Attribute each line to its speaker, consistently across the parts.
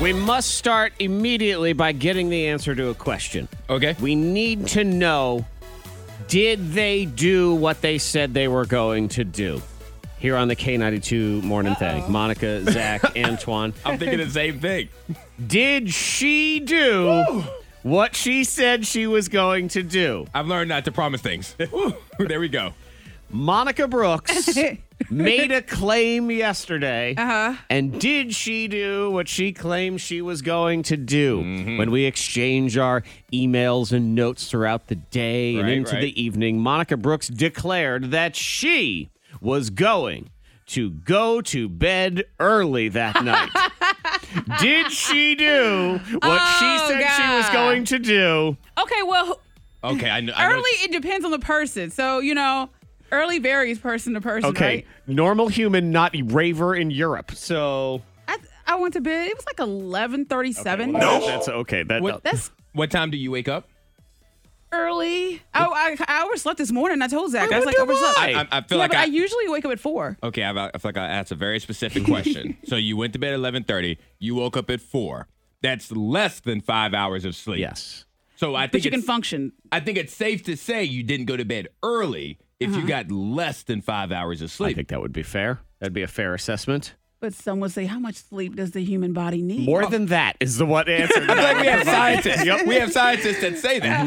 Speaker 1: We must start immediately by getting the answer to a question.
Speaker 2: Okay.
Speaker 1: We need to know did they do what they said they were going to do? Here on the K92 Morning Thing, Monica, Zach, Antoine.
Speaker 2: I'm thinking the same thing.
Speaker 1: Did she do what she said she was going to do?
Speaker 2: I've learned not to promise things. Woo, there we go.
Speaker 1: Monica Brooks made a claim yesterday. Uh-huh. And did she do what she claimed she was going to do?
Speaker 2: Mm-hmm.
Speaker 1: When we exchange our emails and notes throughout the day and
Speaker 2: Right,
Speaker 1: into
Speaker 2: right.
Speaker 1: the evening, Monica Brooks declared that she was going to go to bed early that night. did she do what
Speaker 3: Oh,
Speaker 1: she said she was
Speaker 3: God.
Speaker 1: going to do?
Speaker 3: Okay, well,
Speaker 2: Okay, I, kn- I know.
Speaker 3: early it depends on the person. So you know, early varies person to person,
Speaker 1: Okay,
Speaker 3: right?
Speaker 1: normal human, not raver in Europe. So
Speaker 3: I I went to bed. It was like eleven thirty seven.
Speaker 1: no,
Speaker 2: Oh.
Speaker 1: that's okay. That,
Speaker 2: What-
Speaker 3: That's
Speaker 2: What time do you wake up?
Speaker 3: early. I, I I overslept this morning. I told Zach I, was like
Speaker 1: wonder
Speaker 3: overslept.
Speaker 1: why.
Speaker 2: I, I, I feel
Speaker 3: yeah,
Speaker 2: like
Speaker 3: but
Speaker 2: I,
Speaker 3: I, usually wake up at four.
Speaker 2: okay. I've, I feel like I asked a very specific question. so you went to bed at 11:30. You woke up at four. That's less than five hours of sleep.
Speaker 1: yes.
Speaker 2: So I
Speaker 3: But
Speaker 2: think
Speaker 3: you can
Speaker 2: it's-
Speaker 3: function.
Speaker 2: I think it's safe to say you didn't go to bed early if
Speaker 3: Uh-huh.
Speaker 2: you got less than five hours of
Speaker 1: I
Speaker 2: sleep.
Speaker 1: think that would be fair. That'd be a fair assessment.
Speaker 3: But some would say, how much sleep does the human body need?
Speaker 1: More than that is the what answer.
Speaker 2: I feel like we have scientists.
Speaker 1: Yep.
Speaker 2: We have scientists that say that.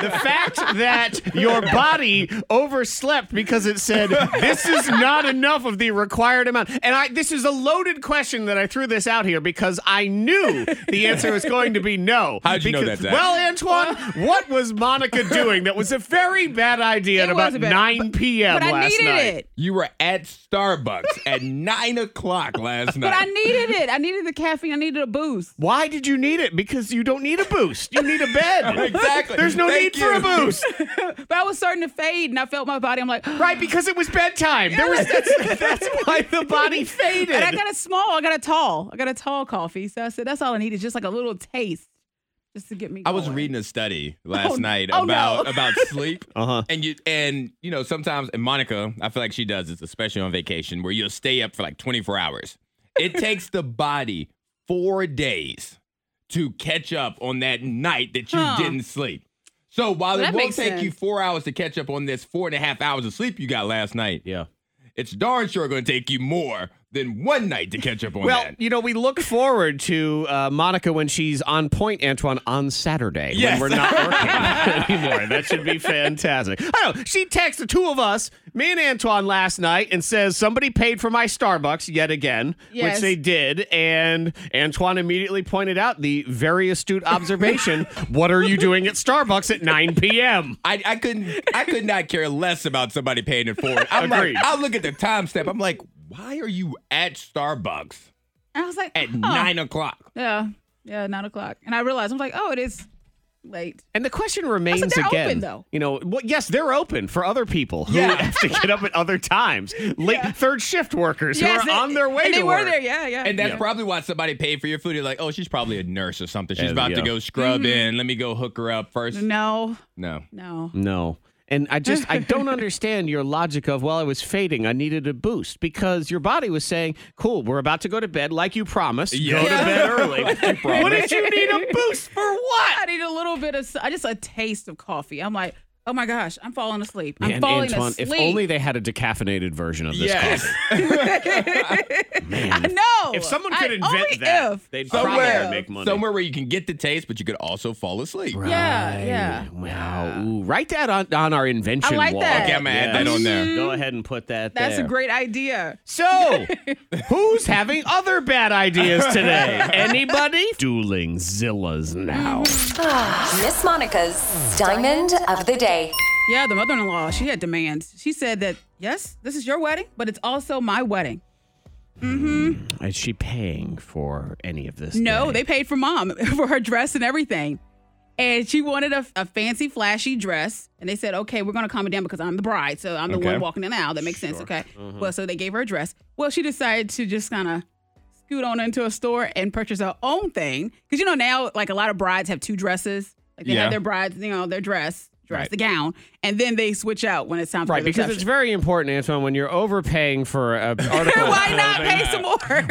Speaker 1: the fact that your body overslept because it said this is not enough of the required amount. And I this is a loaded question that I threw this out here because I knew the answer was going to be no.
Speaker 2: How'd you know
Speaker 1: Because-
Speaker 2: that, Zach?
Speaker 1: Well, Antoine, what was Monica doing? That was a very bad idea
Speaker 3: It
Speaker 1: at
Speaker 3: was
Speaker 1: about
Speaker 3: a bad-
Speaker 1: 9 p.m.
Speaker 3: but I
Speaker 1: last
Speaker 3: needed
Speaker 1: night.
Speaker 3: it.
Speaker 2: You were at Starbucks at nine o'clock last night.
Speaker 3: But I needed it. I needed the caffeine. I needed a boost.
Speaker 1: Why did you need it? Because you don't need a boost. You need a bed.
Speaker 2: Exactly.
Speaker 1: There's no
Speaker 2: Thank
Speaker 1: need for a
Speaker 2: you.
Speaker 1: boost.
Speaker 3: But I was starting to fade, and I felt my body. I'm like,
Speaker 1: Right, because it was bedtime. There was that's, that's why the body faded.
Speaker 3: And I got a small, I got a tall, I got a tall coffee. So I said, that's all I need is just like a little taste, just to get me.
Speaker 2: I was
Speaker 3: going.
Speaker 2: reading a study last
Speaker 3: Oh,
Speaker 2: night
Speaker 3: oh, no.
Speaker 2: about about sleep.
Speaker 1: Uh-huh.
Speaker 2: And you and you know, sometimes and Monica, I feel like she does this, especially on vacation, where you'll stay up for like 24 hours. It takes the body four days to catch up on that night that you
Speaker 3: Huh.
Speaker 2: didn't sleep. So while
Speaker 3: Well,
Speaker 2: it
Speaker 3: that
Speaker 2: won't
Speaker 3: makes
Speaker 2: take you
Speaker 3: sense.
Speaker 2: four hours to catch up on this four and a half hours of sleep you got last night,
Speaker 1: yeah.
Speaker 2: it's darn sure gonna take you more than one night to catch up on
Speaker 1: Well,
Speaker 2: that.
Speaker 1: you know, we look forward to uh, Monica when she's on point, Antoine, on Saturday
Speaker 2: Yes.
Speaker 1: when we're not working anymore. That should be fantastic. I know. She texts the two of us, me and Antoine, last night and says, Somebody paid for my Starbucks yet again, which
Speaker 3: Yes.
Speaker 1: they did. And Antoine immediately pointed out the very astute observation What are you doing at Starbucks at 9 p.m.?
Speaker 2: I, I couldn't I could not care less about somebody paying it forward. I'm
Speaker 1: Agreed.
Speaker 2: like I look at the time step. I'm like, why are you at Starbucks
Speaker 3: And I was like,
Speaker 2: at
Speaker 3: oh.
Speaker 2: nine o'clock?
Speaker 3: Yeah, yeah, nine o'clock. And I realized I'm like, oh, it is late.
Speaker 1: And the question remains
Speaker 3: they're
Speaker 1: again.
Speaker 3: open, though.
Speaker 1: You know, well, yes, they're open for other people who
Speaker 2: Yeah.
Speaker 1: have to get up at other times. Late third shift workers
Speaker 3: Yes,
Speaker 1: who
Speaker 3: and-
Speaker 1: are on their way
Speaker 3: and
Speaker 1: to
Speaker 3: they
Speaker 1: work.
Speaker 3: were there. Yeah, yeah.
Speaker 2: And that's
Speaker 3: yeah.
Speaker 2: probably why somebody paid for your food. You're like, oh, she's probably a nurse or something. She's
Speaker 1: There
Speaker 2: about
Speaker 1: we
Speaker 2: to
Speaker 1: go.
Speaker 2: go scrub in. Let me go hook her up first.
Speaker 3: Mm-hmm. no,
Speaker 2: No.
Speaker 3: no.
Speaker 1: No. And I just I don't understand your logic of well I was fading I needed a boost because your body was saying cool we're about to go to bed like you promised go to
Speaker 2: Yeah.
Speaker 1: bed early
Speaker 2: You
Speaker 1: what
Speaker 2: promised.
Speaker 1: did you need a boost for what
Speaker 3: I need a little bit of, I just a taste of coffee. I'm like, oh my gosh, I'm falling asleep. I'm
Speaker 1: And
Speaker 3: falling
Speaker 1: Antoine
Speaker 3: asleep.
Speaker 1: if only they had a decaffeinated version of this
Speaker 2: Yes.
Speaker 1: coffee
Speaker 3: I know.
Speaker 1: if someone could
Speaker 3: I-
Speaker 1: invent
Speaker 3: only
Speaker 1: that
Speaker 3: if.
Speaker 1: they'd
Speaker 2: Somewhere,
Speaker 1: probably make money
Speaker 2: somewhere where you can get the taste, but you could also fall asleep.
Speaker 3: Yeah,
Speaker 1: Right.
Speaker 3: yeah.
Speaker 1: Wow. Ooh, write that on, on our invention
Speaker 3: I like
Speaker 1: wall.
Speaker 3: that. Mm-hmm.
Speaker 2: Okay, I'm gonna add that on there.
Speaker 1: Go ahead and put that
Speaker 3: That's
Speaker 1: there.
Speaker 3: a great idea.
Speaker 1: So, who's having other bad ideas today? Anybody? Dueling Zillas now.
Speaker 3: Mm-hmm.
Speaker 4: Miss Monica's Diamond of the Day.
Speaker 3: Yeah, the mother in law, she had demands. She said that, yes, this is your wedding, but it's also my wedding.
Speaker 1: Is she paying for any of this?
Speaker 3: No,
Speaker 1: today?
Speaker 3: they paid for mom for her dress and everything. And she wanted a, a fancy, flashy dress. And they said, okay, we're going to calm it down because I'm the bride. So I'm the
Speaker 2: Okay.
Speaker 3: one walking in the aisle. That makes sense. Okay. Well, so they gave her a dress. Well, she decided to just kind of scoot on into a store and purchase her own thing. Because, you know, now, like a lot of brides have two dresses. Like they
Speaker 2: Yeah.
Speaker 3: have their brides, you know, their dress, dress,
Speaker 2: Right.
Speaker 3: the gown, and then they switch out when it's time
Speaker 1: Right,
Speaker 3: for the
Speaker 1: because it's
Speaker 3: reception.
Speaker 1: very important, Antoine, when you're overpaying for an article. of
Speaker 3: Why not
Speaker 1: clothing,
Speaker 3: pay some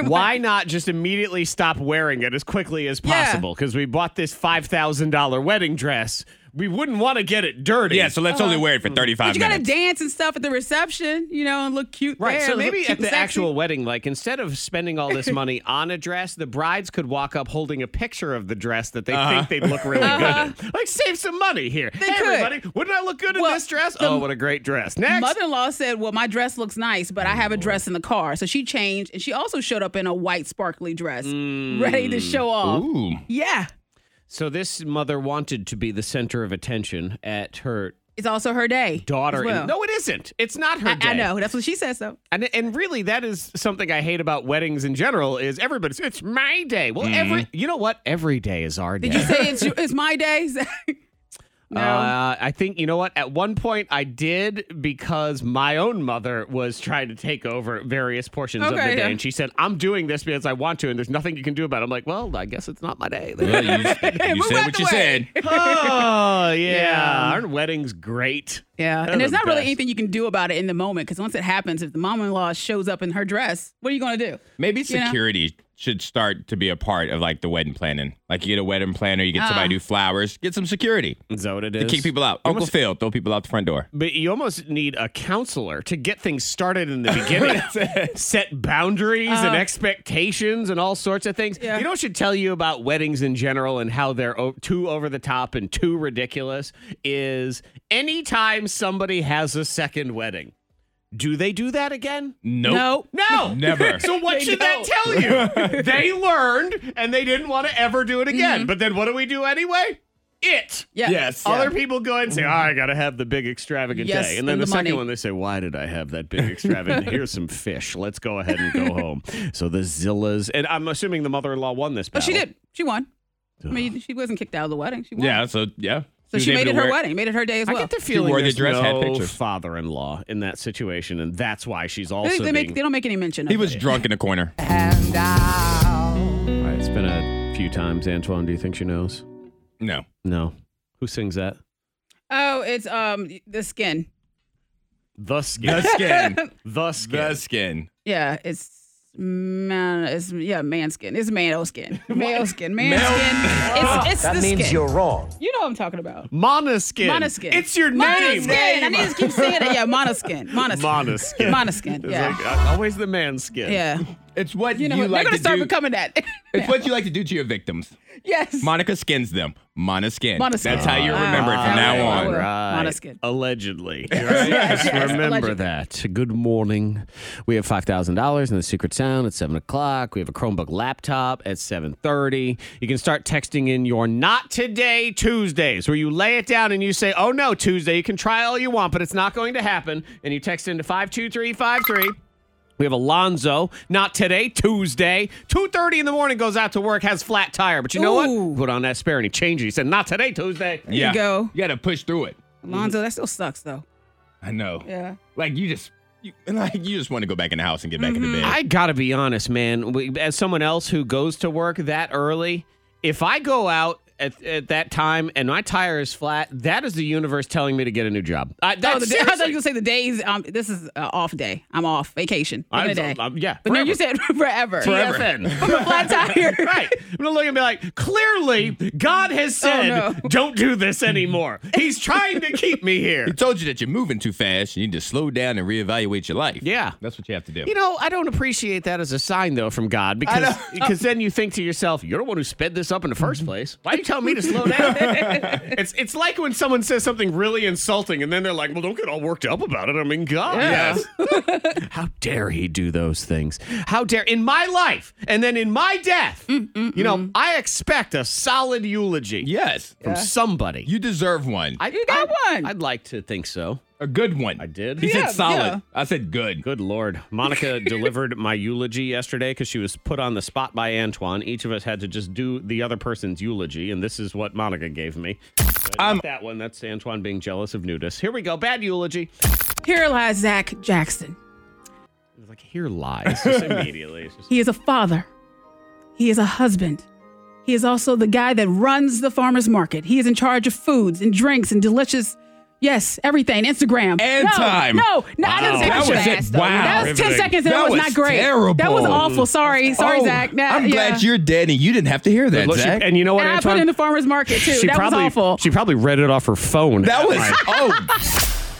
Speaker 3: more?
Speaker 1: Why not just immediately stop wearing it as quickly as
Speaker 3: Yeah.
Speaker 1: possible? Because we bought this $5,000 wedding dress. We wouldn't want to get it dirty.
Speaker 2: Yeah, so let's only wear
Speaker 1: Mm.
Speaker 2: it for 35
Speaker 3: But you gotta
Speaker 2: minutes.
Speaker 3: dance and stuff at the reception, you know, and look cute.
Speaker 1: Right,
Speaker 3: there,
Speaker 1: so
Speaker 3: look
Speaker 1: maybe
Speaker 3: cute
Speaker 1: at
Speaker 3: and
Speaker 1: the
Speaker 3: sexy.
Speaker 1: actual wedding, like instead of spending all this money on a dress, the brides could walk up holding a picture of the dress that they think they'd look really good in. Like, save some money here. Hey,
Speaker 3: Uh-huh. could.
Speaker 1: everybody, wouldn't I look good
Speaker 3: Well,
Speaker 1: in this dress?
Speaker 3: the-
Speaker 1: oh, what a great dress. Next.
Speaker 3: Mother-in-law said, "Well, my dress looks nice, but I have a dress in the car." So she changed, and she also showed up in a white sparkly dress,
Speaker 1: Mm.
Speaker 3: ready to show off.
Speaker 2: Ooh.
Speaker 3: Yeah,
Speaker 1: so this mother wanted to be the center of attention at her
Speaker 3: it's also her day. as
Speaker 1: daughter.
Speaker 3: well.
Speaker 1: no, it isn't. It's not her
Speaker 3: I,
Speaker 1: day.
Speaker 3: I know that's what she says though.
Speaker 1: And, and really, that is something I hate about weddings in general. Is everybody's it's my day. Well, every you know what, every day is our day.
Speaker 3: Did you say it's your- it's my day? no.
Speaker 1: Uh, I think you know what. At one point, I did because my own mother was trying to take over various portions of the
Speaker 3: Okay,
Speaker 1: day,
Speaker 3: yeah.
Speaker 1: and she said, "I'm doing this because I want to, and there's nothing you can do about." it. I'm like, "Well, I guess it's not my day." then."
Speaker 2: Well, you, you
Speaker 3: move
Speaker 2: said
Speaker 3: out
Speaker 2: what
Speaker 3: the
Speaker 2: you
Speaker 3: way.
Speaker 2: said.
Speaker 1: oh yeah.
Speaker 3: Yeah.
Speaker 1: aren't weddings great?
Speaker 3: yeah,
Speaker 1: They're
Speaker 3: and there's
Speaker 1: the
Speaker 3: not really
Speaker 1: best.
Speaker 3: anything you can do about it in the moment because once it happens, if the mom-in-law shows up in her dress, what are you gonna do?
Speaker 2: Maybe
Speaker 3: You know?
Speaker 2: security should start to be a part of like the wedding planning. Like you get a wedding planner, you get
Speaker 3: Ah.
Speaker 2: somebody to do flowers, get some security
Speaker 1: Is that what it
Speaker 2: to
Speaker 1: is?
Speaker 2: kick people out. Uncle Phil, throw people out the front door.
Speaker 1: But you almost need a counselor to get things started in the beginning. Set boundaries and expectations and all sorts of things.
Speaker 3: Yeah.
Speaker 1: You know what should tell you about weddings in general and how they're o- too over the top and too ridiculous is anytime somebody has a second wedding, do they do that again?
Speaker 2: Nope.
Speaker 3: No.
Speaker 1: No.
Speaker 2: Never.
Speaker 1: So what
Speaker 3: They
Speaker 1: should
Speaker 3: don't.
Speaker 1: that tell you? they learned and they didn't want to ever do it again. But then what do we do anyway? It.
Speaker 3: Yeah. Yes.
Speaker 1: Mm-hmm. Other
Speaker 3: Yeah.
Speaker 1: people go and say, oh, I got to have the big extravagant
Speaker 3: Yes,
Speaker 1: day. And then
Speaker 3: and
Speaker 1: the,
Speaker 3: the
Speaker 1: second
Speaker 3: money.
Speaker 1: one, they say, why did I have that big extravagant? Here's some fish. Let's go ahead and go home. So the Zillas, and I'm assuming the mother-in-law won this
Speaker 3: But
Speaker 1: battle.
Speaker 3: Oh, she did. She won. I mean, she wasn't kicked out of the wedding. She won.
Speaker 2: Yeah, so yeah.
Speaker 3: So
Speaker 2: was
Speaker 3: she
Speaker 2: able
Speaker 3: made
Speaker 2: to
Speaker 3: it her
Speaker 2: wear-
Speaker 3: wedding, made it her day as
Speaker 1: I
Speaker 3: well.
Speaker 1: get the feeling
Speaker 2: wore the
Speaker 1: there's
Speaker 2: dress, had
Speaker 1: no
Speaker 2: pictures.
Speaker 1: father-in-law in that situation, and that's why she's
Speaker 3: They,
Speaker 1: also
Speaker 3: they make,
Speaker 1: being-
Speaker 3: they don't make any mention of
Speaker 2: He
Speaker 3: it.
Speaker 2: was drunk in a corner.
Speaker 1: All right, it's been a few times. Antoine, do you think she knows?
Speaker 2: No.
Speaker 1: No. Who sings that?
Speaker 3: Oh, it's um the skin.
Speaker 1: The skin.
Speaker 2: The skin.
Speaker 1: The skin.
Speaker 2: the skin.
Speaker 3: Yeah, it's man. It's yeah, man skin. It's male skin. Male skin. Man
Speaker 2: Male-
Speaker 3: skin. It's it's
Speaker 5: That
Speaker 3: the
Speaker 5: means
Speaker 3: skin.
Speaker 5: you're wrong.
Speaker 3: You know what I'm talking about.
Speaker 1: Monoskin.
Speaker 3: Monoskin.
Speaker 1: It's your
Speaker 3: Monoskin.
Speaker 1: name.
Speaker 3: I need to keep saying it. Yeah, monoskin. Monoskin.
Speaker 1: Monoskin.
Speaker 3: Monoskin.
Speaker 1: It's
Speaker 3: Yeah.
Speaker 1: like, uh, always the man skin.
Speaker 3: yeah.
Speaker 2: It's what
Speaker 3: You
Speaker 2: you,
Speaker 3: know what?
Speaker 2: like
Speaker 3: They're
Speaker 2: to
Speaker 3: gonna start
Speaker 2: do.
Speaker 3: becoming that.
Speaker 2: it's what you like to do to your victims.
Speaker 3: yes.
Speaker 2: Monica skins them. Monica skin.
Speaker 3: Monoskin.
Speaker 2: That's how you remember it
Speaker 3: Ah,
Speaker 2: from now
Speaker 3: yeah,
Speaker 2: on.
Speaker 3: yeah.
Speaker 1: Right.
Speaker 3: Monoskin.
Speaker 1: Allegedly.
Speaker 3: Yes, yes,
Speaker 1: Remember
Speaker 3: allegedly.
Speaker 1: that. Good morning. We have five thousand dollars in the secret sound at seven o'clock. We have a Chromebook laptop at seven thirty. You can start texting in your not today Tuesdays, where you lay it down and you say, "Oh no, Tuesday." You can try all you want, but it's not going to happen. And you text into five two three five three. We have Alonzo, not today, Tuesday, 2.30 in the morning, goes out to work, has flat tire. But you know
Speaker 3: Ooh.
Speaker 1: what? Put on that spare and he changes. He said, not today, Tuesday.
Speaker 2: Yeah.
Speaker 3: you go.
Speaker 2: You gotta push through it.
Speaker 3: Alonzo, that still sucks though.
Speaker 2: I know.
Speaker 3: Yeah.
Speaker 2: Like you just you, like you just want to go back in the house and get back in
Speaker 3: Mm-hmm.
Speaker 2: the bed.
Speaker 1: I gotta be honest, man. We- As someone else who goes to work that early, if I go out at, at that time and my tire is flat, that is the universe telling me to get a new job. I,
Speaker 3: Oh,
Speaker 1: that's
Speaker 3: the day, I thought you
Speaker 1: seriously-
Speaker 3: were gonna say the days. Um, this is uh, off day. I'm off vacation.
Speaker 1: I'm-
Speaker 3: Give it a day.
Speaker 1: I'm- yeah,
Speaker 3: But no, you said forever.
Speaker 1: Forever.
Speaker 3: From a flat tire.
Speaker 1: Right. I'm gonna look and be like, clearly, God has said,
Speaker 3: Oh, no.
Speaker 1: don't do this anymore. He's trying to keep me here.
Speaker 2: He told you that you're moving too fast. You need to slow down and reevaluate your life.
Speaker 1: Yeah.
Speaker 2: That's what you have to do.
Speaker 1: You know, I don't appreciate that as a sign, though, from God, because because then you think to yourself, you're the one who sped this up in the first place. Why are you telling me to slow down? Mm-hmm. it's it's like when someone says something really insulting, and then they're like, "Well, don't get all worked up about it." I mean, God, yes. How dare he do those things? How dare in my life, and then in my death? you know, I expect a solid eulogy
Speaker 2: yes.
Speaker 1: from somebody.
Speaker 2: You deserve one.
Speaker 1: I,
Speaker 3: You got
Speaker 1: I-
Speaker 3: one.
Speaker 1: I'd like to think so.
Speaker 2: a good one.
Speaker 1: I did.
Speaker 2: He
Speaker 3: Yeah,
Speaker 2: said solid.
Speaker 3: yeah.
Speaker 2: I said good.
Speaker 1: Good Lord. Monica delivered my eulogy yesterday because she was put on the spot by Antoine. Each of us had to just do the other person's eulogy, and this is what Monica gave me. But not that one. That's Antoine being jealous of Nudis. Here we go. Bad eulogy.
Speaker 3: Here lies Zach Jackson.
Speaker 1: It was like, here lies. Just immediately. It's just-
Speaker 3: He is a father. He is a husband. He is also the guy that runs the farmer's market. He is in charge of foods and drinks and delicious Yes, everything. Instagram.
Speaker 2: And
Speaker 3: no,
Speaker 2: time.
Speaker 3: No, no, I didn't
Speaker 2: Wow.
Speaker 3: say
Speaker 2: That
Speaker 3: much
Speaker 2: was
Speaker 3: of
Speaker 2: it.
Speaker 3: that.
Speaker 2: Wow.
Speaker 3: That was 10
Speaker 2: Riveting.
Speaker 3: seconds and
Speaker 2: That
Speaker 3: that was,
Speaker 2: was
Speaker 3: not great.
Speaker 2: terrible.
Speaker 3: That was awful. Sorry. Sorry,
Speaker 2: Oh,
Speaker 3: Zach. Nah,
Speaker 2: I'm
Speaker 3: yeah.
Speaker 2: glad you're dead and you didn't have to hear that,
Speaker 1: Look, she-
Speaker 2: Zach.
Speaker 1: and you know what,
Speaker 3: And I put
Speaker 1: Antoine?
Speaker 3: it in the farmer's market too.
Speaker 1: she
Speaker 3: that
Speaker 1: probably
Speaker 3: was awful.
Speaker 1: she probably read it off her phone.
Speaker 2: that was oh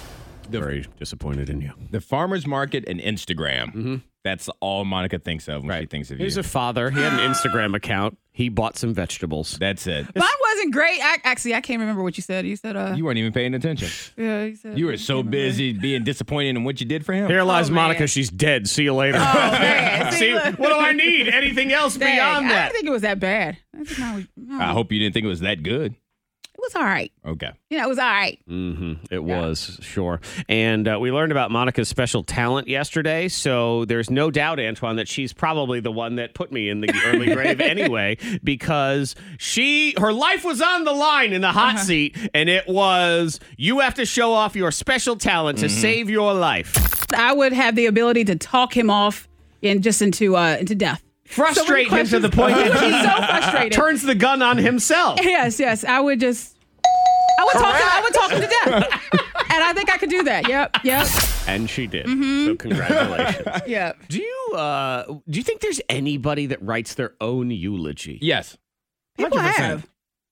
Speaker 1: very disappointed in you.
Speaker 2: The farmers market and Instagram.
Speaker 1: Mm-hmm.
Speaker 2: That's all Monica thinks of when she thinks of
Speaker 1: Here's
Speaker 2: you.
Speaker 1: a father. He had an Instagram account. He bought some vegetables.
Speaker 2: That's it.
Speaker 3: Mine wasn't great. I, actually, I can't remember what you said. You said, uh,
Speaker 2: You weren't even paying attention.
Speaker 3: yeah, you said
Speaker 2: You were so busy being disappointed in what you did for him.
Speaker 1: Here lies
Speaker 3: Oh, man. Oh,
Speaker 1: Monica. She's dead. See you later.
Speaker 3: man. See,
Speaker 1: See,
Speaker 3: look.
Speaker 1: what do I need? Anything else
Speaker 3: Dang,
Speaker 1: beyond
Speaker 3: I
Speaker 1: that?
Speaker 3: didn't think it was that bad. I think mine was, no,
Speaker 2: I hope you didn't think it was that good.
Speaker 3: it was all right.
Speaker 2: Okay.
Speaker 3: You know, it was all right.
Speaker 1: hmm It was, sure. And uh, we learned about Monica's special talent yesterday. So there's no doubt, Antoine, that she's probably the one that put me in the early grave anyway, because she, her life was on the line in the hot
Speaker 3: Uh-huh.
Speaker 1: seat. And it was, you have to show off your special talent
Speaker 3: Mm-hmm.
Speaker 1: to save your life.
Speaker 3: I would have the ability to talk him off and just into uh into death.
Speaker 1: Frustrate him to the point
Speaker 3: He's
Speaker 1: that
Speaker 3: so
Speaker 1: he
Speaker 3: frustrated.
Speaker 1: turns the gun on himself.
Speaker 3: Yes, yes. I would just I would talk him, I would talk him to death. and I think I could do that. Yep, yep,
Speaker 1: And she did.
Speaker 3: Mm-hmm.
Speaker 1: So congratulations.
Speaker 3: yep.
Speaker 1: do you uh, do you think there's anybody that writes their own eulogy?
Speaker 2: Yes.
Speaker 3: People have.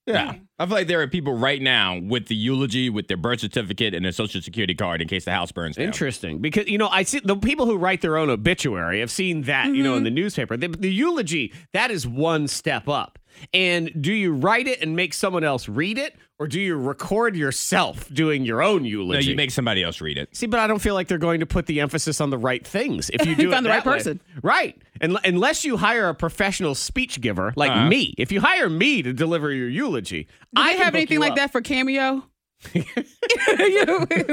Speaker 2: Yeah. I feel like there are people right now with the eulogy, with their birth certificate, and their social security card in case the house burns down.
Speaker 1: Interesting, because you know I see the people who write their own obituary. I've seen that you know in the newspaper. The, the eulogy that is one step up. And do you write it and make someone else read it, or do you record yourself doing your own eulogy?
Speaker 2: No, you make somebody else read it.
Speaker 1: See, but I don't feel like they're going to put the emphasis on the right things if you do
Speaker 3: You found
Speaker 1: it
Speaker 3: the right
Speaker 1: that way.
Speaker 3: person.
Speaker 1: right? And unless you hire a professional speech giver like
Speaker 2: Uh-huh.
Speaker 1: me, if you hire me to deliver your eulogy,
Speaker 3: Do
Speaker 1: I
Speaker 3: I
Speaker 1: can
Speaker 3: have
Speaker 1: hook
Speaker 3: anything
Speaker 1: you
Speaker 3: like
Speaker 1: up.
Speaker 3: that for cameo? you,
Speaker 2: Pay,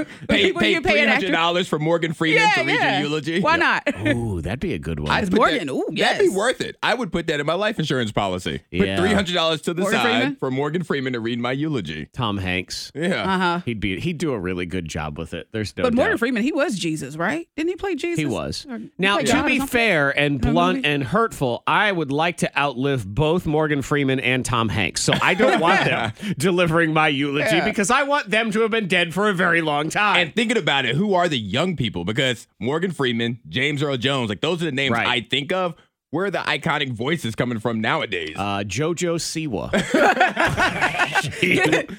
Speaker 3: people
Speaker 2: pay
Speaker 3: you pay an actor.
Speaker 2: $300 for Morgan Freeman
Speaker 3: Yeah,
Speaker 2: to read
Speaker 3: yeah.
Speaker 2: your eulogy.
Speaker 3: Why not?
Speaker 1: Ooh, that'd be a good one.
Speaker 2: I'd put
Speaker 3: Morgan,
Speaker 2: that-
Speaker 3: ooh,
Speaker 2: That'd
Speaker 3: yes.
Speaker 2: be worth it. I would put that in my life insurance policy.
Speaker 1: Yeah.
Speaker 2: Put three hundred dollars to the
Speaker 3: Morgan
Speaker 2: side
Speaker 3: Freeman?
Speaker 2: for Morgan Freeman to read my eulogy.
Speaker 1: Tom Hanks.
Speaker 2: Yeah.
Speaker 3: Uh-huh.
Speaker 1: He'd be he'd do a really good job with it. There's no
Speaker 3: But Morgan
Speaker 1: doubt.
Speaker 3: Freeman, he was Jesus, right? Didn't he play Jesus?
Speaker 1: He was.
Speaker 3: Or he
Speaker 1: Now,
Speaker 3: played
Speaker 1: to
Speaker 3: God or
Speaker 1: be
Speaker 3: something?
Speaker 1: fair and
Speaker 3: a
Speaker 1: blunt
Speaker 3: movie?
Speaker 1: and hurtful, I would like to outlive both Morgan Freeman and Tom Hanks. So I don't want them delivering my eulogy because I want them to have been dead for a very long time.
Speaker 2: And thinking about it, who are the young people? Because Morgan Freeman, James Earl Jones, like those are the names
Speaker 1: Right.
Speaker 2: I think of. Where are the iconic voices coming from nowadays?
Speaker 1: uh, Jojo Siwa.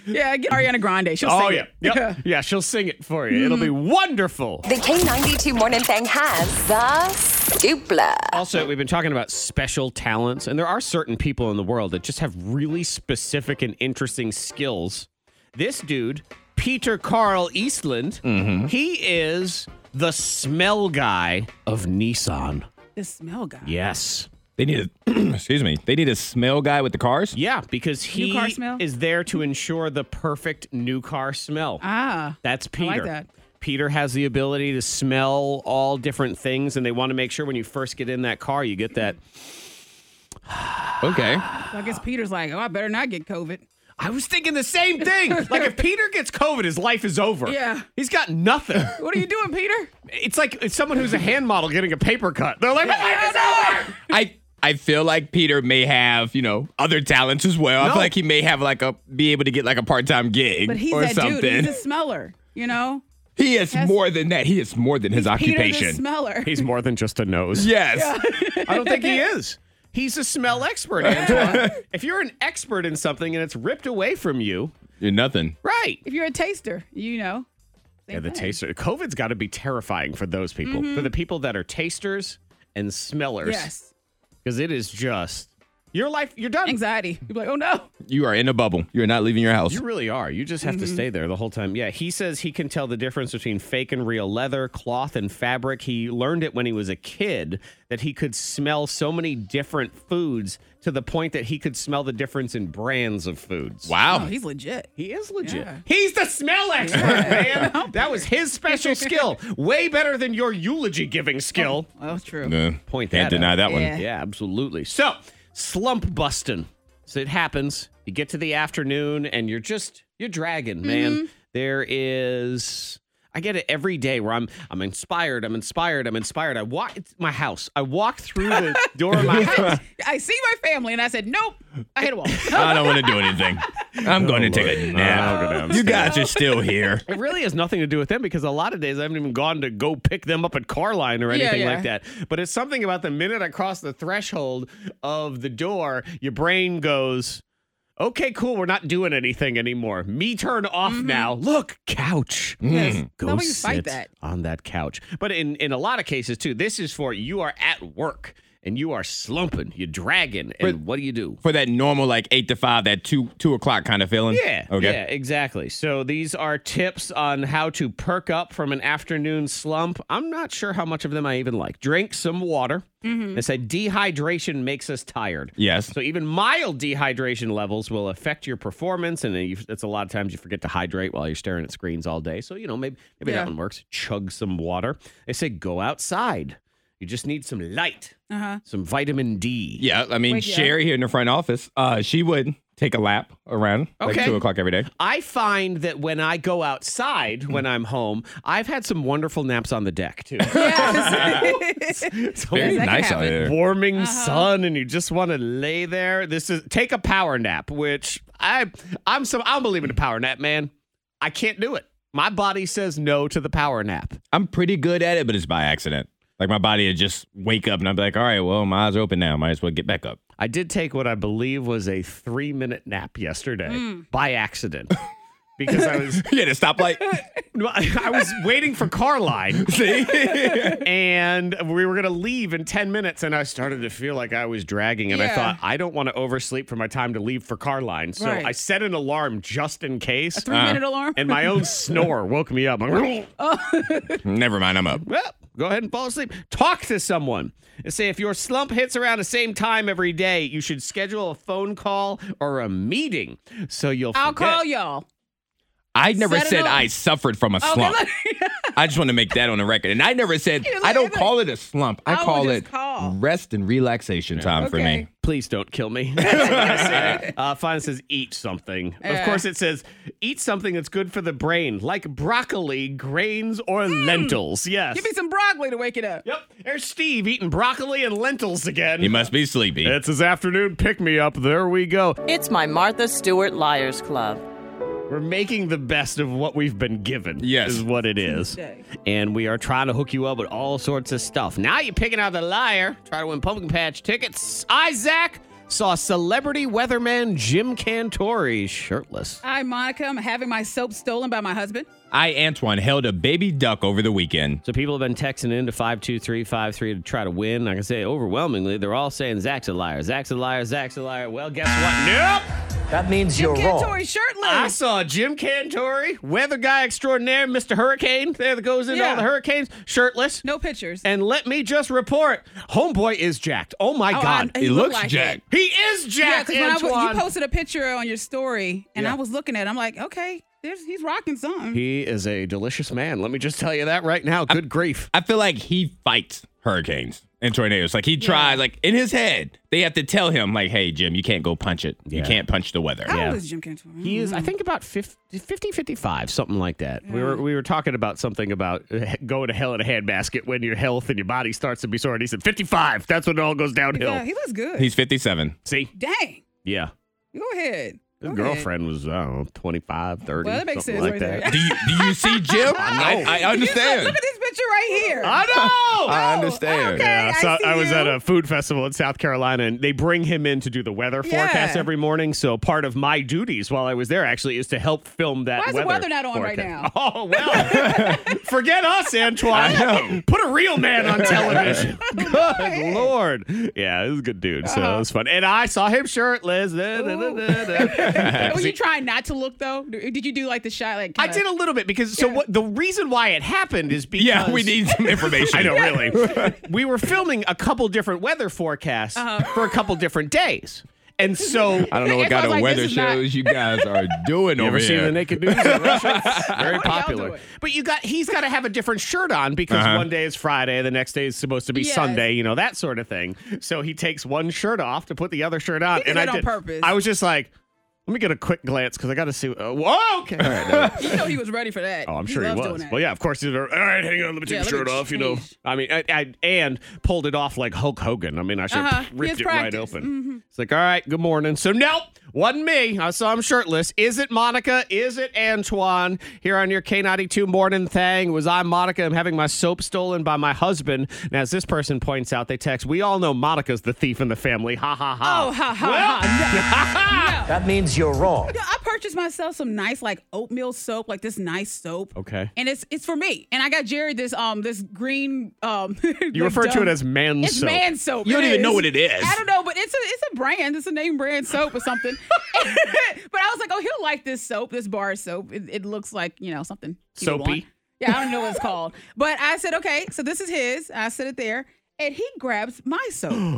Speaker 3: yeah, get Ariana Grande. She'll
Speaker 1: oh,
Speaker 3: sing
Speaker 1: yeah.
Speaker 3: it.
Speaker 1: Yep. yeah, she'll sing it for you. It'll be
Speaker 3: Mm-hmm.
Speaker 1: wonderful.
Speaker 4: The K92 Morning Thing has the scoopla.
Speaker 1: Also, we've been talking about special talents, and there are certain people in the world that just have really specific and interesting skills. This dude, Peter Carl Eastland,
Speaker 3: Mm-hmm.
Speaker 1: he is the smell guy of Nissan.
Speaker 3: The smell guy.
Speaker 1: Yes.
Speaker 2: they need a excuse me. They need a smell guy with the cars.
Speaker 1: Yeah, because he
Speaker 3: car smell?
Speaker 1: is there to ensure the perfect new car smell.
Speaker 3: Ah.
Speaker 1: That's Peter.
Speaker 3: like that.
Speaker 1: Peter has the ability to smell all different things, and they want to make sure when you first get in that car, you get that.
Speaker 2: Okay.
Speaker 3: So I guess Peter's like, oh, I better not get COVID.
Speaker 1: I was thinking the same thing. Like if Peter gets COVID, his life is over.
Speaker 3: Yeah.
Speaker 1: He's got nothing.
Speaker 3: What are you doing, Peter?
Speaker 1: It's like it's someone who's a hand model getting a paper cut. They're like, "Ah." "My life is over."
Speaker 2: I I feel like Peter may have, you know, other talents as well. I
Speaker 1: No.
Speaker 2: feel like he may have like a be able to get like a part-time gig
Speaker 3: But he's
Speaker 2: or
Speaker 3: that
Speaker 2: something.
Speaker 3: dude. He's a smeller, you know?
Speaker 2: he is
Speaker 3: Yes.
Speaker 2: more than that. He is more than his
Speaker 3: Peter the
Speaker 2: occupation.
Speaker 3: smeller.
Speaker 1: He's more than just a nose.
Speaker 2: Yes.
Speaker 1: I don't think he is. He's a smell expert, Antoine. if you're an expert in something and it's ripped away from you,
Speaker 2: You're nothing.
Speaker 1: right.
Speaker 3: if you're a taster, you know.
Speaker 1: Yeah, the taster. COVID's got to be terrifying for those people. For the people that are tasters and smellers.
Speaker 3: Mm-hmm. Yes.
Speaker 1: Because it is just your life, you're done.
Speaker 3: Anxiety. You're like, oh no.
Speaker 2: You are in a bubble. You are not leaving your house.
Speaker 1: You really are. You just have to stay there the whole time. Yeah, he says he can tell the difference between fake and real leather, cloth and fabric. He learned it when he was a kid that he could smell so many different foods to the point that he could smell the difference in brands of foods.
Speaker 3: Oh,
Speaker 2: Wow.
Speaker 3: he's legit.
Speaker 1: He is legit.
Speaker 3: Yeah.
Speaker 1: He's the smell expert, man. That was his special skill. Way better than your eulogy giving skill.
Speaker 3: Oh, true.
Speaker 2: Uh,
Speaker 1: Point
Speaker 2: Can't
Speaker 1: that
Speaker 2: deny
Speaker 1: out.
Speaker 2: that one.
Speaker 3: Yeah.
Speaker 1: Yeah, absolutely. So, slump busting. So it happens. You get to the afternoon and you're just you're dragging, man. There is I get it every day where I'm I'm inspired, I'm inspired, I'm inspired. I walk it's my house. I walk through the door of my house.
Speaker 3: I see my family, and I said, nope, I hit a wall.
Speaker 2: I don't want to do anything. I'm going to take a nap. You guys are still here.
Speaker 1: It really has nothing to do with them because a lot of days I haven't even gone to go pick them up at Carline or
Speaker 3: Yeah,
Speaker 1: anything
Speaker 3: yeah.
Speaker 1: like that. But it's something about the minute I cross the threshold of the door, your brain goes, Okay, cool, we're not doing anything anymore. Me turn off now. Look, couch.
Speaker 3: Mm-hmm.
Speaker 1: Mm.
Speaker 3: Yes.
Speaker 1: Go
Speaker 3: Not when you
Speaker 1: sit
Speaker 3: fight that.
Speaker 1: on that couch. But in, in a lot of cases too, this is for you are at work and you are slumping, you're dragging, and what do you do?
Speaker 2: For that normal like eight to five, that two two o'clock kind of feeling.
Speaker 1: Yeah.
Speaker 2: Okay.
Speaker 1: Yeah, exactly. So these are tips on how to perk up from an afternoon slump. I'm not sure how much of them I even like. Drink some water. They say dehydration makes us tired.
Speaker 2: Yes.
Speaker 1: So even mild dehydration levels will affect your performance, and then you, it's a lot of times you forget to hydrate while you're staring at screens all day. So you know maybe maybe
Speaker 3: Yeah.
Speaker 1: that one works. Chug some water. They say go outside. You just need some light, uh-huh. some vitamin D.
Speaker 2: Yeah, I mean
Speaker 3: Wake you up.
Speaker 2: Sherry here in the front office. Uh, she would take a lap around
Speaker 1: Okay.
Speaker 2: like two o'clock every day.
Speaker 1: I find that when I go outside when I'm home, I've had some wonderful naps on the deck too.
Speaker 3: Yes.
Speaker 1: It's
Speaker 2: Very
Speaker 1: always
Speaker 3: that can
Speaker 2: nice out
Speaker 3: happen.
Speaker 2: there.
Speaker 1: warming sun and you just want to lay there. This is take a power nap, which I I'm some I don't believe in a power nap, man. I can't do it. My body says no to the power nap.
Speaker 2: I'm pretty good at it, but it's by accident. Like my body would just wake up and I'd be like, all right, well, my eyes are open now. Might as well get back up.
Speaker 1: I did take what I believe was a three minute nap yesterday by accident. Because I was
Speaker 2: yeah, the stoplight.
Speaker 1: I was waiting for Carline.
Speaker 2: See?
Speaker 1: and we were going to leave in 10 minutes and i started to feel like i was dragging and i
Speaker 3: Yeah.
Speaker 1: thought i don't want to oversleep for my time to leave for carline so
Speaker 3: Right.
Speaker 1: i set an alarm just in case Uh,
Speaker 3: Three minute alarm. Oh.
Speaker 1: and my own snore woke me up well
Speaker 2: Never mind, I'm up.
Speaker 1: go ahead and fall asleep talk to someone and say if your slump hits around the same time every day you should schedule a phone call or a meeting so you'll
Speaker 3: I'll
Speaker 1: forget.
Speaker 3: call y'all.
Speaker 2: I never
Speaker 3: Set it
Speaker 2: said
Speaker 3: up.
Speaker 2: I suffered from a
Speaker 3: Okay,
Speaker 2: slump.
Speaker 3: look.
Speaker 2: I just want to make that on the record. And I never said,
Speaker 3: look,
Speaker 2: I don't
Speaker 3: look.
Speaker 2: call it a slump. I,
Speaker 3: I would
Speaker 2: call
Speaker 3: just
Speaker 2: it
Speaker 3: call.
Speaker 2: rest and relaxation time for me.
Speaker 3: Okay.
Speaker 1: please don't kill me. uh, Fawn says, eat something. Of
Speaker 3: Yeah.
Speaker 1: course, it says, eat something that's good for the brain, like broccoli, grains, or lentils. Yes.
Speaker 3: Mm. Give me some broccoli to wake it up.
Speaker 1: yep. There's Steve eating broccoli and lentils again.
Speaker 2: He must be sleepy.
Speaker 1: it's his afternoon pick me up. There we go.
Speaker 5: It's my Martha Stewart Liars Club.
Speaker 1: We're making the best of what we've been given.
Speaker 2: Yes.
Speaker 1: Is what it is.
Speaker 3: Tuesday.
Speaker 1: And we are trying to hook you up with all sorts of stuff. Now you're picking out the liar. Try to win pumpkin patch tickets. Isaac saw celebrity weatherman Jim Cantori shirtless.
Speaker 3: Hi, Monica. I'm having my soap stolen by my husband.
Speaker 2: I, Antoine, held a baby duck over the weekend.
Speaker 1: So people have been texting in to 52353 to try to win. Like I say, overwhelmingly, they're all saying Zach's a liar. Zach's a liar. Zach's a liar. Well, guess what? Nope.
Speaker 6: That means you're wrong.
Speaker 3: Cantori shirtless.
Speaker 1: I saw Jim Cantori, weather guy extraordinaire, Mr. Hurricane. There that goes into all
Speaker 3: Yeah.
Speaker 1: the hurricanes, shirtless.
Speaker 3: no pictures.
Speaker 1: And let me just report, homeboy is jacked. Oh my
Speaker 3: Oh,
Speaker 1: god,
Speaker 3: I-
Speaker 2: He
Speaker 3: He
Speaker 2: looks
Speaker 3: looked like
Speaker 2: jacked.
Speaker 1: he is
Speaker 3: yeah,
Speaker 1: jacked.
Speaker 3: because when I was,
Speaker 1: Antoine.
Speaker 3: you posted a picture on your story, and I was looking at, it, I'm like, okay, there's he's rocking something.
Speaker 1: he is a delicious man. Let me just tell you that right now. Good grief.
Speaker 2: I feel like he fights hurricanes and tornadoes. Like he tries, like in his head, they have to tell him, like, hey, Jim, you can't go punch it. You can't punch the weather.
Speaker 3: How
Speaker 1: yeah.
Speaker 3: old is Jim Mm-hmm. Cantori?
Speaker 1: He is, I think, about 50, 50 55, something like that. We were we were talking about something about uh, going to hell in a handbasket when your health and your body starts to be sore. And he said, 55. That's when it all goes downhill.
Speaker 3: Yeah, he looks good.
Speaker 2: He's 57.
Speaker 1: See?
Speaker 3: Dang.
Speaker 1: Yeah.
Speaker 3: Go ahead.
Speaker 1: His
Speaker 3: Go ahead.
Speaker 1: girlfriend was, I don't know, 25, 30.
Speaker 3: Well, that makes
Speaker 1: something like
Speaker 3: sense right
Speaker 1: that.
Speaker 3: there.
Speaker 2: Do you, do you see Jim?
Speaker 1: I know.
Speaker 2: I, I
Speaker 3: You Look,
Speaker 2: understand.
Speaker 3: look at this picture right here. Oh,
Speaker 1: I know.
Speaker 2: I understand.
Speaker 3: okay.
Speaker 1: Yeah,
Speaker 3: I
Speaker 1: so I,
Speaker 3: see
Speaker 1: was
Speaker 3: you.
Speaker 1: at a food festival in South Carolina, and they bring him in to do the weather
Speaker 3: Yeah.
Speaker 1: forecast every morning. So part of my duties while I was there actually is to help film that.
Speaker 3: Why is the
Speaker 1: weather
Speaker 3: weather not on right
Speaker 1: forecast. Oh well, forget us, Antoine. Put a real man on television. Good lord. Yeah, this is a good dude. So
Speaker 3: Uh-huh.
Speaker 1: it was fun, and I saw him shirtless. Da, da, da, da, da.
Speaker 3: Were you trying not to look though? Did you do like the shot? Like
Speaker 1: I did a little bit because so what? The reason why it happened is because
Speaker 2: yeah, we need some information.
Speaker 1: I know, really. we were filming a couple different weather forecasts
Speaker 3: Uh-huh.
Speaker 1: for a couple different days. And so.
Speaker 2: I don't know what
Speaker 3: If I
Speaker 2: kind
Speaker 3: was
Speaker 2: of
Speaker 3: like, this
Speaker 2: weather
Speaker 3: is not-
Speaker 2: shows you guys are doing
Speaker 1: You
Speaker 2: over
Speaker 1: ever seen
Speaker 2: here.
Speaker 1: the naked news? in Russia? It's Very
Speaker 3: y'all do
Speaker 1: popular.
Speaker 3: it?
Speaker 1: But you got he's got to have a different shirt on because
Speaker 2: Uh-huh.
Speaker 1: one day is Friday, the next day is supposed to be
Speaker 3: Yes.
Speaker 1: Sunday, you know that sort of thing. So he takes one shirt off to put the other shirt on,
Speaker 3: He did
Speaker 1: and I
Speaker 3: it on
Speaker 1: did.
Speaker 3: purpose.
Speaker 1: I was just like, Let me get a quick glance because I got to see. Oh, whoa, okay. All right. no.
Speaker 3: You know he was ready for that.
Speaker 1: Oh, I'm sure he
Speaker 3: loves doing
Speaker 1: was.
Speaker 3: that.
Speaker 1: Well, yeah, of course. He's, all right, hang on. Let me take
Speaker 3: Yeah,
Speaker 1: the
Speaker 3: let me
Speaker 1: shirt off, you know.
Speaker 3: change.
Speaker 1: I mean, I, I, and pulled it off like Hulk Hogan. I mean, I should
Speaker 3: Uh-huh.
Speaker 1: have
Speaker 3: He
Speaker 1: ripped
Speaker 3: has
Speaker 1: it
Speaker 3: practice. Mm-hmm.
Speaker 1: right open. It's like, all right, good morning. So, nope, wasn't me. I saw him shirtless. Is it Monica? Is it Antoine? Here on your K92 morning thing, was I Monica? I'm having my soap stolen by my husband. And as this person points out, they text, we all know Monica's the thief in the family. Ha, ha, ha.
Speaker 3: Oh, ha, ha,
Speaker 1: Well,
Speaker 6: That means you're wrong.
Speaker 3: Yeah, I purchased myself some nice like oatmeal soap, like this nice soap.
Speaker 1: Okay.
Speaker 3: And it's it's for me. And I got Jared this um this green um
Speaker 1: You refer to it as man
Speaker 3: It's
Speaker 1: soap.
Speaker 3: man soap.
Speaker 2: You don't even know what it is.
Speaker 3: I don't know, but it's a it's a brand. It's a name brand soap or something. but I was like, oh, he'll like this soap, this bar soap. It, it looks like you know something he would
Speaker 1: Soapy.
Speaker 3: want. Yeah, I don't know what it's called. But I said, okay, so this is his. I set it there, and he grabs my soap, and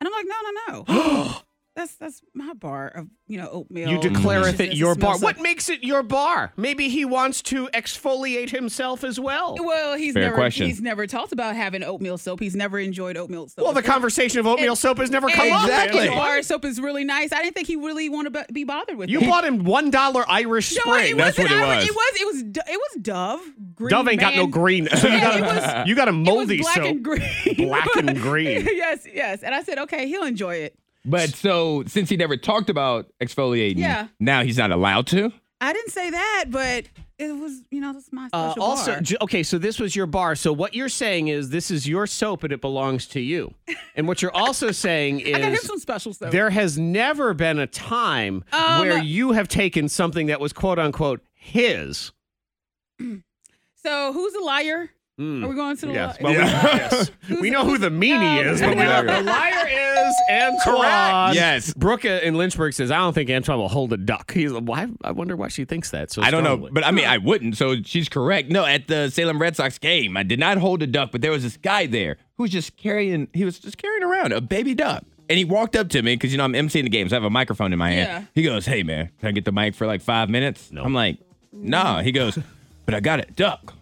Speaker 3: I'm like, no, no, no. That's that's my bar of you know oatmeal.
Speaker 1: You declareth it
Speaker 3: deliciousness,
Speaker 1: your
Speaker 3: it smells
Speaker 1: bar.
Speaker 3: so-
Speaker 1: What makes it your bar? Maybe he wants to exfoliate himself as well.
Speaker 3: Well, he's
Speaker 2: Fair
Speaker 3: never
Speaker 2: question.
Speaker 3: he's never talked about having oatmeal soap. He's never enjoyed oatmeal soap.
Speaker 1: Well, the conversation of oatmeal
Speaker 3: And-
Speaker 1: soap has never
Speaker 3: And
Speaker 1: come up.
Speaker 2: Exactly.
Speaker 3: the
Speaker 1: Antoine.
Speaker 3: Bar soap is really nice. I didn't think he really wanted to be bothered with
Speaker 1: You
Speaker 3: it.
Speaker 1: bought him one dollar Irish
Speaker 3: No,
Speaker 1: Spring.
Speaker 3: it
Speaker 2: that's
Speaker 3: wasn't
Speaker 2: what it was.
Speaker 3: Irish. It was. It was. Do- It was Dove. Green
Speaker 1: Dove ain't got no
Speaker 3: man.
Speaker 1: green, so you
Speaker 3: Yeah,
Speaker 1: got
Speaker 3: it
Speaker 1: a,
Speaker 3: was-
Speaker 1: you got a
Speaker 3: It was
Speaker 1: moldy
Speaker 3: black
Speaker 1: soap.
Speaker 3: and green.
Speaker 1: Black and green.
Speaker 3: yes, yes. And I said, okay, he'll enjoy it.
Speaker 2: But so since he never talked about exfoliating,
Speaker 3: Yeah.
Speaker 2: now he's not allowed to.
Speaker 3: I didn't say that, but it was, you know, that's my
Speaker 1: Uh,
Speaker 3: special
Speaker 1: also,
Speaker 3: bar.
Speaker 1: j- okay, so this was your bar. So what you're saying is this is your soap and it belongs to you. And what you're also saying
Speaker 3: I got him
Speaker 1: is
Speaker 3: some special soap.
Speaker 1: there has never been a time
Speaker 3: Um,
Speaker 1: where you have taken something that was quote unquote his.
Speaker 3: so who's the liar? Are we going to the
Speaker 1: Hmm. Yes.
Speaker 3: li-
Speaker 2: Oh,
Speaker 1: Well, we, we know who the meanie is, but we don't know
Speaker 2: Yeah.
Speaker 1: who the liar is. Antoine.
Speaker 2: Correct. Yes.
Speaker 1: Brooke in Lynchburg says, I don't think Antoine will hold a duck. He's like, why? I wonder why she thinks that. So
Speaker 2: I don't know,
Speaker 1: strongly.
Speaker 2: but I mean, I wouldn't. So she's correct. No, at the Salem Red Sox game, I did not hold a duck, but there was this guy there who was just carrying. He was just carrying around a baby duck, and he walked up to me because you know I'm emceeing the game, so I have a microphone in my hand.
Speaker 3: Yeah.
Speaker 2: He goes, "Hey man, can I get the mic for like five minutes?" I'm like, "Nah." He goes, "But I got a duck."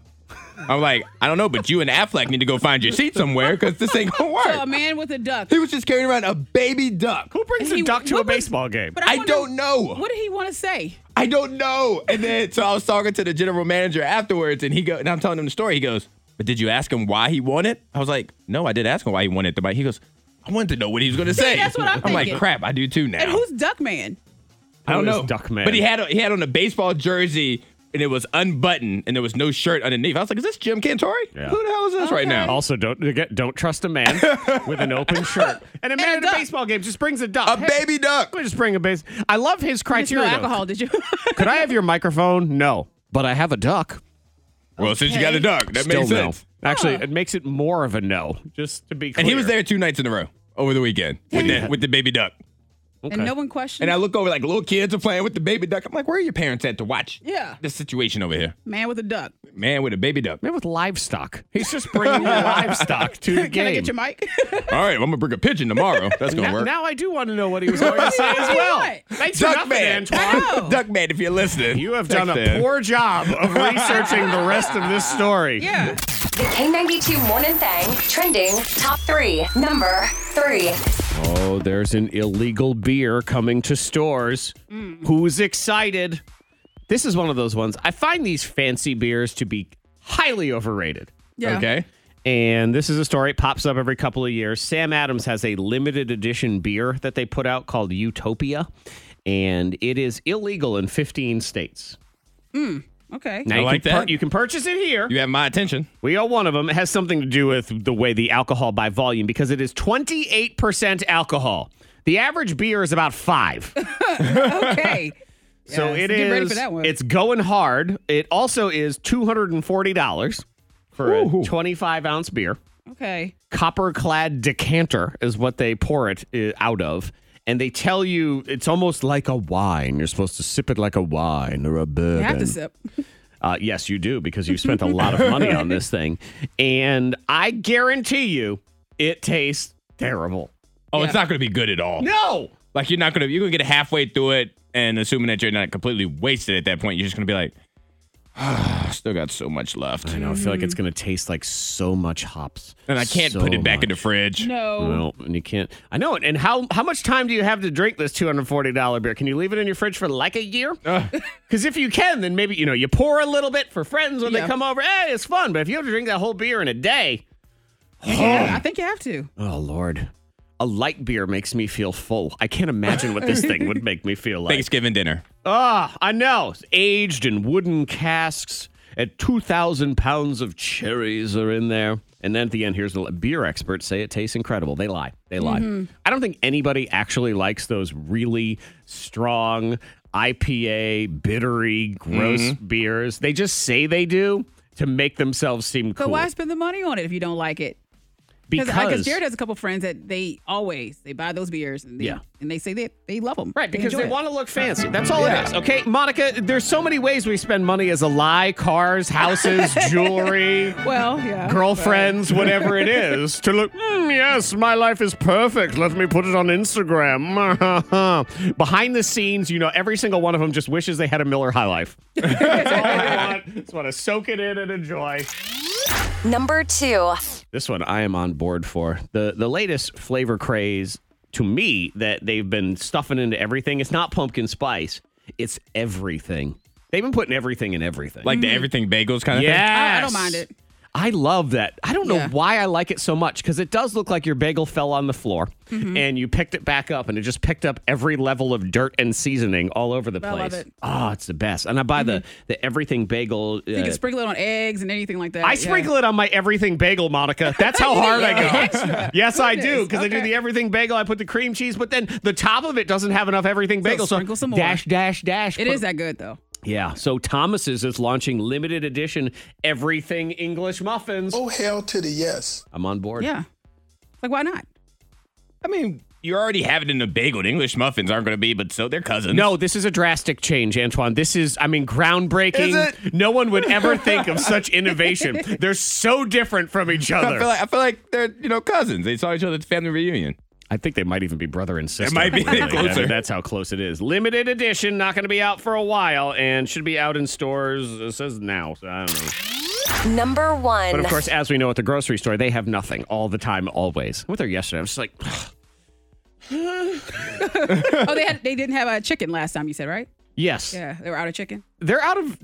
Speaker 2: I'm like, "I don't know, but you and Affleck need to go find your seat somewhere because this ain't gonna work."
Speaker 3: So a man with a duck.
Speaker 2: he was just carrying around a baby duck.
Speaker 1: who brings
Speaker 3: He-
Speaker 1: a duck to a
Speaker 3: what was-
Speaker 1: baseball game?
Speaker 3: But
Speaker 2: I
Speaker 3: wonder-
Speaker 2: don't know.
Speaker 3: What did he want to say?
Speaker 2: I don't know. And then so I was talking to the general manager afterwards, and he go and I'm telling him the story. He goes, "But did you ask him why he won it?" I was like, "No, I did ask him why he wanted the bike." He goes, "I wanted to know what he was going to say."
Speaker 3: that's what I'm
Speaker 2: like,
Speaker 3: thinking.
Speaker 2: crap, I do too now.
Speaker 3: And who's Duck Man?
Speaker 2: I don't
Speaker 1: Who is
Speaker 2: know,
Speaker 1: Duckman?
Speaker 2: But he had he had on a baseball jersey. And it was unbuttoned, and there was no shirt underneath. I was like, "Is this Jim Cantori?
Speaker 1: Yeah.
Speaker 2: Who the hell is this right now?"
Speaker 1: Also, don't forget- don't trust a man with an open shirt. And a man
Speaker 3: a
Speaker 1: at
Speaker 3: duck.
Speaker 1: a baseball game just brings a duck.
Speaker 2: A
Speaker 1: Hey,
Speaker 2: baby duck.
Speaker 1: Let me just bring a base. I love his
Speaker 3: It's no
Speaker 1: criteria. though.
Speaker 3: alcohol, did you?
Speaker 1: Could I have your microphone? No, but I have a duck.
Speaker 2: Well, since you got a duck, that
Speaker 1: Still
Speaker 2: makes
Speaker 1: no.
Speaker 2: sense.
Speaker 1: Actually, it makes it more of a no. Just to be clear.
Speaker 2: And he was there two nights in a row over the weekend with the, with the baby duck.
Speaker 3: And no one questioned.
Speaker 2: And I look over, like little kids are playing with the baby duck. I'm like, "Where are your parents at to watch?"
Speaker 3: Yeah.
Speaker 2: this situation over here.
Speaker 3: man with a duck.
Speaker 2: Man with a baby duck.
Speaker 1: Man with livestock. He's just bringing livestock to the game.
Speaker 3: Can I get your mic?
Speaker 2: All right, I'm gonna bring a pigeon tomorrow. That's gonna
Speaker 1: now,
Speaker 2: work.
Speaker 1: now I do want to know what he was going to say as well.
Speaker 3: What?
Speaker 1: Thanks for
Speaker 2: Duck
Speaker 1: nothing,
Speaker 2: man,
Speaker 1: Antoine.
Speaker 3: know.
Speaker 2: duck man, if you're listening,
Speaker 1: You have
Speaker 2: Text
Speaker 1: done a
Speaker 2: in.
Speaker 1: poor job of researching the rest of this story.
Speaker 3: yeah.
Speaker 4: The K92 Morning Thing trending top three. Number three.
Speaker 1: Oh, there's an illegal beer coming to stores.
Speaker 2: Mm.
Speaker 1: Who's excited? This is one of those ones. I find these fancy beers to be highly overrated.
Speaker 3: Yeah.
Speaker 2: Okay.
Speaker 1: And this is a story. It pops up every couple of years. Sam Adams has a limited edition beer that they put out called Utopia, and it is illegal in 15 states.
Speaker 3: Okay.
Speaker 1: Now
Speaker 2: I
Speaker 1: you
Speaker 2: like
Speaker 1: can pur-
Speaker 2: that.
Speaker 1: you can purchase it here.
Speaker 2: You have my attention.
Speaker 1: We are one of them. It has something to do with the way the alcohol by volume because it is 28% alcohol. The average beer is about five.
Speaker 3: Okay.
Speaker 1: So
Speaker 3: Yes.
Speaker 1: it is.
Speaker 3: Get ready for that one.
Speaker 1: It's going hard. It also is two hundred and forty dollars for a twenty-five ounce beer.
Speaker 3: Okay.
Speaker 1: Copper-clad decanter is what they pour it uh, out of, and they tell you it's almost like a wine. You're supposed to sip it like a wine or a bourbon.
Speaker 3: You have to sip.
Speaker 1: Uh, yes, you do because you spent a lot of money on this thing, and I guarantee you, it tastes terrible.
Speaker 2: Oh, it's not gonna be good at all.
Speaker 1: No.
Speaker 2: Like you're not gonna you're gonna get halfway through it and assuming that you're not completely wasted at that point, you're just gonna be like, I still got so much left.
Speaker 1: I know. I feel
Speaker 3: Mm.
Speaker 1: like it's gonna taste like so much hops,
Speaker 2: And I can't
Speaker 1: So
Speaker 2: put it back in the
Speaker 1: much.
Speaker 2: fridge.
Speaker 3: No.
Speaker 1: No, and you can't. I know it. And how how much time do you have to drink this two hundred forty dollar beer? Can you leave it in your fridge for like a year? Because if you can, then maybe you know you pour a little bit for friends when
Speaker 3: Yeah.
Speaker 1: they come over. Hey, it's fun. But if you have to drink that whole beer in a day,
Speaker 3: Yeah, I think you have to.
Speaker 1: oh lord, a light beer makes me feel full. I can't imagine what this thing would make me feel like.
Speaker 2: Thanksgiving dinner.
Speaker 1: Ah, I know. It's aged in wooden casks. At 2,000 pounds of cherries are in there. And then at the end, here's the beer experts say it tastes incredible. They lie. They lie.
Speaker 3: Mm-hmm.
Speaker 1: I don't think anybody actually likes those really strong IPA, bittery, gross beers. They just say they do to make themselves seem
Speaker 3: But
Speaker 1: cool.
Speaker 3: why spend the money on it if you don't like it?
Speaker 1: because
Speaker 3: because Jared has a couple friends that they always they buy those beers and they,
Speaker 1: Yeah.
Speaker 3: and they say that they love them
Speaker 1: Right, because they
Speaker 3: enjoy it.
Speaker 1: want to look fancy. That's all
Speaker 2: Yeah.
Speaker 1: it is. Okay, Monica, there's so many ways we spend money as a lie cars, houses, jewelry.
Speaker 3: well yeah
Speaker 1: girlfriends, whatever it is, to look, "Mm, yes, my life is perfect. Let me put it on Instagram. Behind the scenes, you know, every single one of them just wishes they had a Miller High Life. That's all they want. Just want to soak it in and enjoy.
Speaker 4: Number two.
Speaker 1: This one I am on board for. The the latest flavor craze to me that they've been stuffing into everything. It's not pumpkin spice. It's everything. They've been putting everything in everything.
Speaker 2: Like the
Speaker 3: Mm-hmm.
Speaker 2: everything bagels kind of thing.
Speaker 1: Yeah.
Speaker 3: I- I don't mind it.
Speaker 1: I love that. I don't know
Speaker 3: Yeah.
Speaker 1: why I like it so much because it does look like your bagel fell on the floor
Speaker 3: Mm-hmm.
Speaker 1: and you picked it back up and it just picked up every level of dirt and seasoning all over the
Speaker 3: I
Speaker 1: place.
Speaker 3: love it. Mm-hmm.
Speaker 1: Oh, it's the best. And I buy the, the everything bagel. Uh,
Speaker 3: you can sprinkle it on eggs and anything like that
Speaker 1: I sprinkle it on my everything bagel, Monica. That's how hard I go. Yes, I do
Speaker 3: Goodness.
Speaker 1: because I do
Speaker 3: Okay.
Speaker 1: the everything bagel. I put the cream cheese, but then the top of it doesn't have enough everything bagel. So,
Speaker 3: sprinkle some more.
Speaker 1: dash, dash, dash.
Speaker 3: it
Speaker 1: put
Speaker 3: is that good though
Speaker 1: yeah. So Thomas's is launching limited edition everything English muffins.
Speaker 7: Oh, hell to the yes.
Speaker 1: I'm on board.
Speaker 3: yeah like why not
Speaker 2: I mean, you already have it in the bagel. The English muffins aren't going to be, but so they're cousins.
Speaker 1: No, this is a drastic change, Antoine. This is, I mean, groundbreaking.
Speaker 2: Is it?
Speaker 1: No one would ever think of such innovation. They're so different from each
Speaker 2: I
Speaker 1: other.
Speaker 2: feel like I feel like they're you know cousins. They saw each other at the family reunion.
Speaker 1: I think they might even be brother and sister.
Speaker 2: It might be
Speaker 1: really. I mean,
Speaker 2: closer.
Speaker 1: that's how close it is. Limited edition, not going to be out for a while, and should be out in stores. It says now. So I don't know.
Speaker 4: Number
Speaker 1: But
Speaker 4: one.
Speaker 1: of course, as we know at the grocery store, they have nothing all the time, always. With her yesterday, I'm just like,
Speaker 3: oh they had they didn't have a chicken last time you said right
Speaker 1: yes.
Speaker 3: yeah they were out of chicken
Speaker 1: they're out of